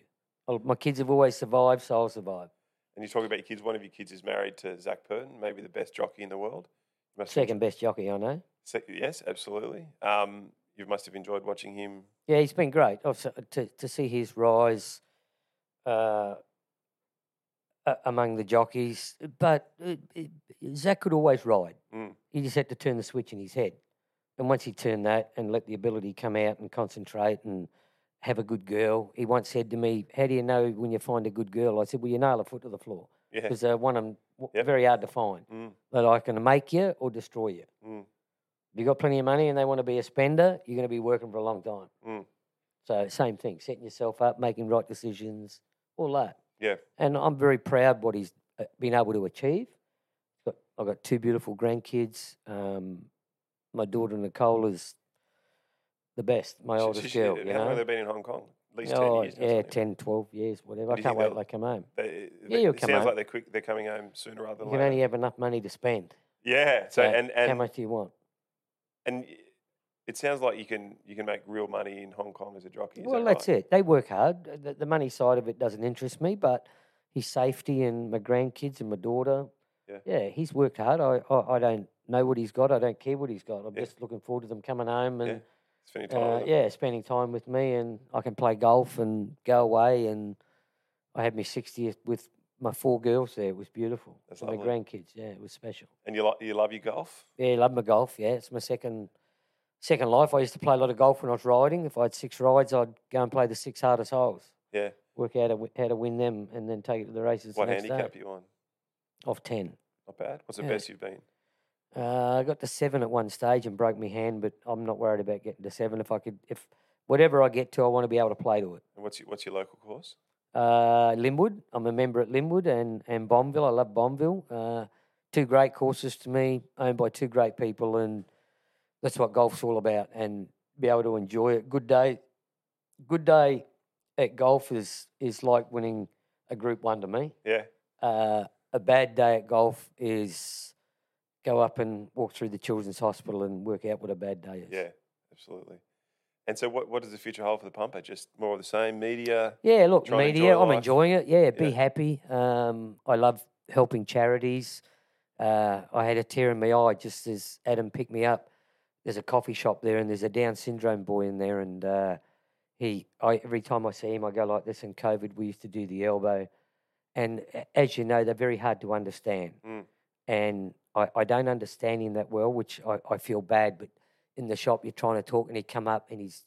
Speaker 2: Oh, My kids have always survived, so I'll survive.
Speaker 1: And you talk about your kids. One of your kids is married to Zach Purton, maybe the best jockey in the world. You must have
Speaker 2: Second best jockey I know.
Speaker 1: enjoyed- sec- yes, absolutely. Um, you must have enjoyed watching him.
Speaker 2: Yeah, he's been great. Also, to to see his rise uh, a- among the jockeys, but uh, uh, Zach could always ride.
Speaker 1: Mm.
Speaker 2: He just had to turn the switch in his head, and once he turned that and let the ability come out and concentrate and have a good girl, he once said to me, "How do you know when you find a good girl?" I said, "Well, you nail her foot to the floor
Speaker 1: Yeah.
Speaker 2: because uh, one of 'em w
Speaker 1: Yep.
Speaker 2: very hard to find
Speaker 1: Mm,
Speaker 2: that I can make you or destroy you."
Speaker 1: mm.
Speaker 2: If you've got plenty of money and they want to be a spender, you're going to be working for a long time.
Speaker 1: Mm.
Speaker 2: So, same thing, setting yourself up, making right decisions, all that.
Speaker 1: Yeah.
Speaker 2: And I'm very proud what he's uh, been able to achieve. Got- I've got two beautiful grandkids. Um, my daughter Nicole is the best, my
Speaker 1: So- so
Speaker 2: oldest
Speaker 1: she-
Speaker 2: girl.
Speaker 1: How
Speaker 2: You
Speaker 1: long have
Speaker 2: know?
Speaker 1: they been in Hong Kong? At least
Speaker 2: Oh,
Speaker 1: ten years. now,
Speaker 2: yeah,
Speaker 1: something.
Speaker 2: 10, 12 years, whatever.
Speaker 1: do
Speaker 2: I
Speaker 1: you
Speaker 2: can't
Speaker 1: think
Speaker 2: wait
Speaker 1: they'll-
Speaker 2: till they come home.
Speaker 1: They,
Speaker 2: Yeah,
Speaker 1: they-
Speaker 2: you'll
Speaker 1: it
Speaker 2: come
Speaker 1: sounds
Speaker 2: home.
Speaker 1: like they're quick. They're coming home sooner rather than
Speaker 2: You can
Speaker 1: later.
Speaker 2: only have enough money to spend.
Speaker 1: yeah. So
Speaker 2: So,
Speaker 1: and
Speaker 2: How
Speaker 1: and
Speaker 2: much do you want?
Speaker 1: and y- it sounds like you can you can make real money in Hong Kong as a jockey. Is
Speaker 2: well, that's it. They work hard. Uh, The, the money side of it doesn't interest me, but his safety and my grandkids and my daughter.
Speaker 1: Yeah.
Speaker 2: he's worked hard. I, I, I don't know what he's got. I don't care what he's got. I'm
Speaker 1: Yeah.
Speaker 2: just looking forward to them coming home and
Speaker 1: Spending time.
Speaker 2: uh,
Speaker 1: with them.
Speaker 2: yeah, spending time with me, and I can play golf and go away. And I had my 60th with my four girls there. It was beautiful.
Speaker 1: That's
Speaker 2: and my
Speaker 1: lovely.
Speaker 2: grandkids. Yeah, it was special.
Speaker 1: And you lo- you love your golf.
Speaker 2: Yeah, love my golf. Yeah, it's my second second life. I used to play a lot of golf when I was riding. If I had six rides, I'd go and play the six hardest holes
Speaker 1: Yeah.
Speaker 2: work out how to, how to win them and then take it to the races
Speaker 1: What
Speaker 2: the next
Speaker 1: handicap
Speaker 2: day.
Speaker 1: you on?
Speaker 2: Off 10.
Speaker 1: Not bad. What's the
Speaker 2: Yeah.
Speaker 1: best you've been?
Speaker 2: Uh, I got to seven at one stage and broke my hand, but I'm not worried about getting to seven. If I could, if whatever I get to, I want to be able to play to it.
Speaker 1: And what's your, what's your local course?
Speaker 2: Uh, Linwood, I'm a member at Linwood and, and Bombville. I love Bombville. Uh, two great courses to me, owned by two great people, and that's what golf's all about. And be able to enjoy it. Good day, good day at golf is is like winning a Group One to me.
Speaker 1: Yeah.
Speaker 2: uh, a bad day at golf is go up and walk through the children's hospital and work out what a bad day is.
Speaker 1: Yeah. Absolutely. And so what what does the future hold for the pumper? Just more of the same media.
Speaker 2: Yeah, look,
Speaker 1: Try and enjoy
Speaker 2: media, I'm
Speaker 1: life.
Speaker 2: enjoying it. Yeah, be
Speaker 1: Yeah.
Speaker 2: happy. Um, I love helping charities. Uh, I had a tear in my eye just as Adam picked me up. There's a coffee shop there and there's a Down syndrome boy in there. And uh, he, I, every time I see him, I go like this. In COVID, we used to do the elbow. And a- as you know, they're very hard to understand.
Speaker 1: Mm.
Speaker 2: And I, I don't understand him that well, which I, I feel bad. But in the shop, you're trying to talk and he come up and he's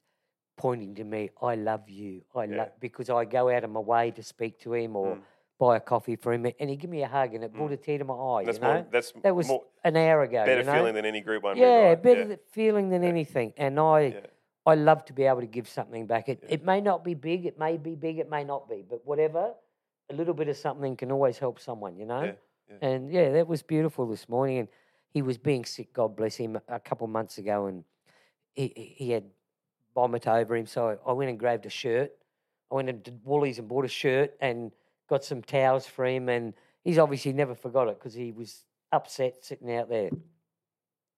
Speaker 2: pointing to me, I love you. I
Speaker 1: Yeah.
Speaker 2: love because I go out of my way to speak to him or
Speaker 1: Mm.
Speaker 2: buy a coffee for him, and he give me a hug, and it brought a tear to my eye.
Speaker 1: That's
Speaker 2: you know,
Speaker 1: more. That's
Speaker 2: that was
Speaker 1: more,
Speaker 2: an hour ago.
Speaker 1: better
Speaker 2: you know?
Speaker 1: feeling than any group one.
Speaker 2: yeah,
Speaker 1: ride.
Speaker 2: better
Speaker 1: Yeah.
Speaker 2: th- feeling than anything. And I,
Speaker 1: Yeah.
Speaker 2: I love to be able to give something back. It,
Speaker 1: Yeah.
Speaker 2: it may not be big, it may be big, it may not be, but whatever, a little bit of something can always help someone. You know.
Speaker 1: Yeah, yeah.
Speaker 2: And yeah, that was beautiful this morning. And he was being sick. God bless him. A couple months ago, and he he- he had vomit over him. So I went and grabbed a shirt. I went into Woolies and bought a shirt and got some towels for him. And he's obviously never forgot it because he was upset sitting out there.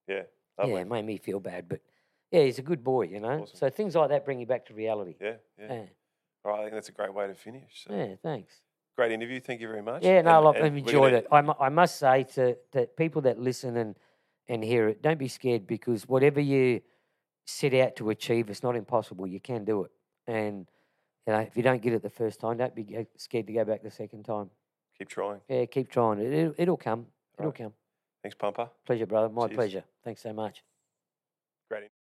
Speaker 1: Yeah. Lovely.
Speaker 2: Yeah, it made me feel bad. But yeah, he's a good boy, you know.
Speaker 1: Oh, Awesome.
Speaker 2: So things like that bring you back to reality.
Speaker 1: Yeah. Yeah.
Speaker 2: Yeah,
Speaker 1: All right. I think that's a great way to finish. So.
Speaker 2: yeah, thanks.
Speaker 1: Great interview. Thank you very much.
Speaker 2: Yeah, no,
Speaker 1: And-
Speaker 2: look,
Speaker 1: and
Speaker 2: I've
Speaker 1: we're
Speaker 2: enjoyed
Speaker 1: gonna-
Speaker 2: it. I, mu- I must say to, to people that listen and, and hear it, don't be scared because whatever you set out to achieve, it's not impossible. You can do it. And you know, if you don't get it the first time, don't be g- scared to go back the second time.
Speaker 1: Keep trying.
Speaker 2: Yeah, keep trying. It, it, it'll come. It'll
Speaker 1: Right.
Speaker 2: come.
Speaker 1: Thanks, Pumper.
Speaker 2: Pleasure, brother. My
Speaker 1: Cheers.
Speaker 2: pleasure. Thanks so much.
Speaker 1: Great.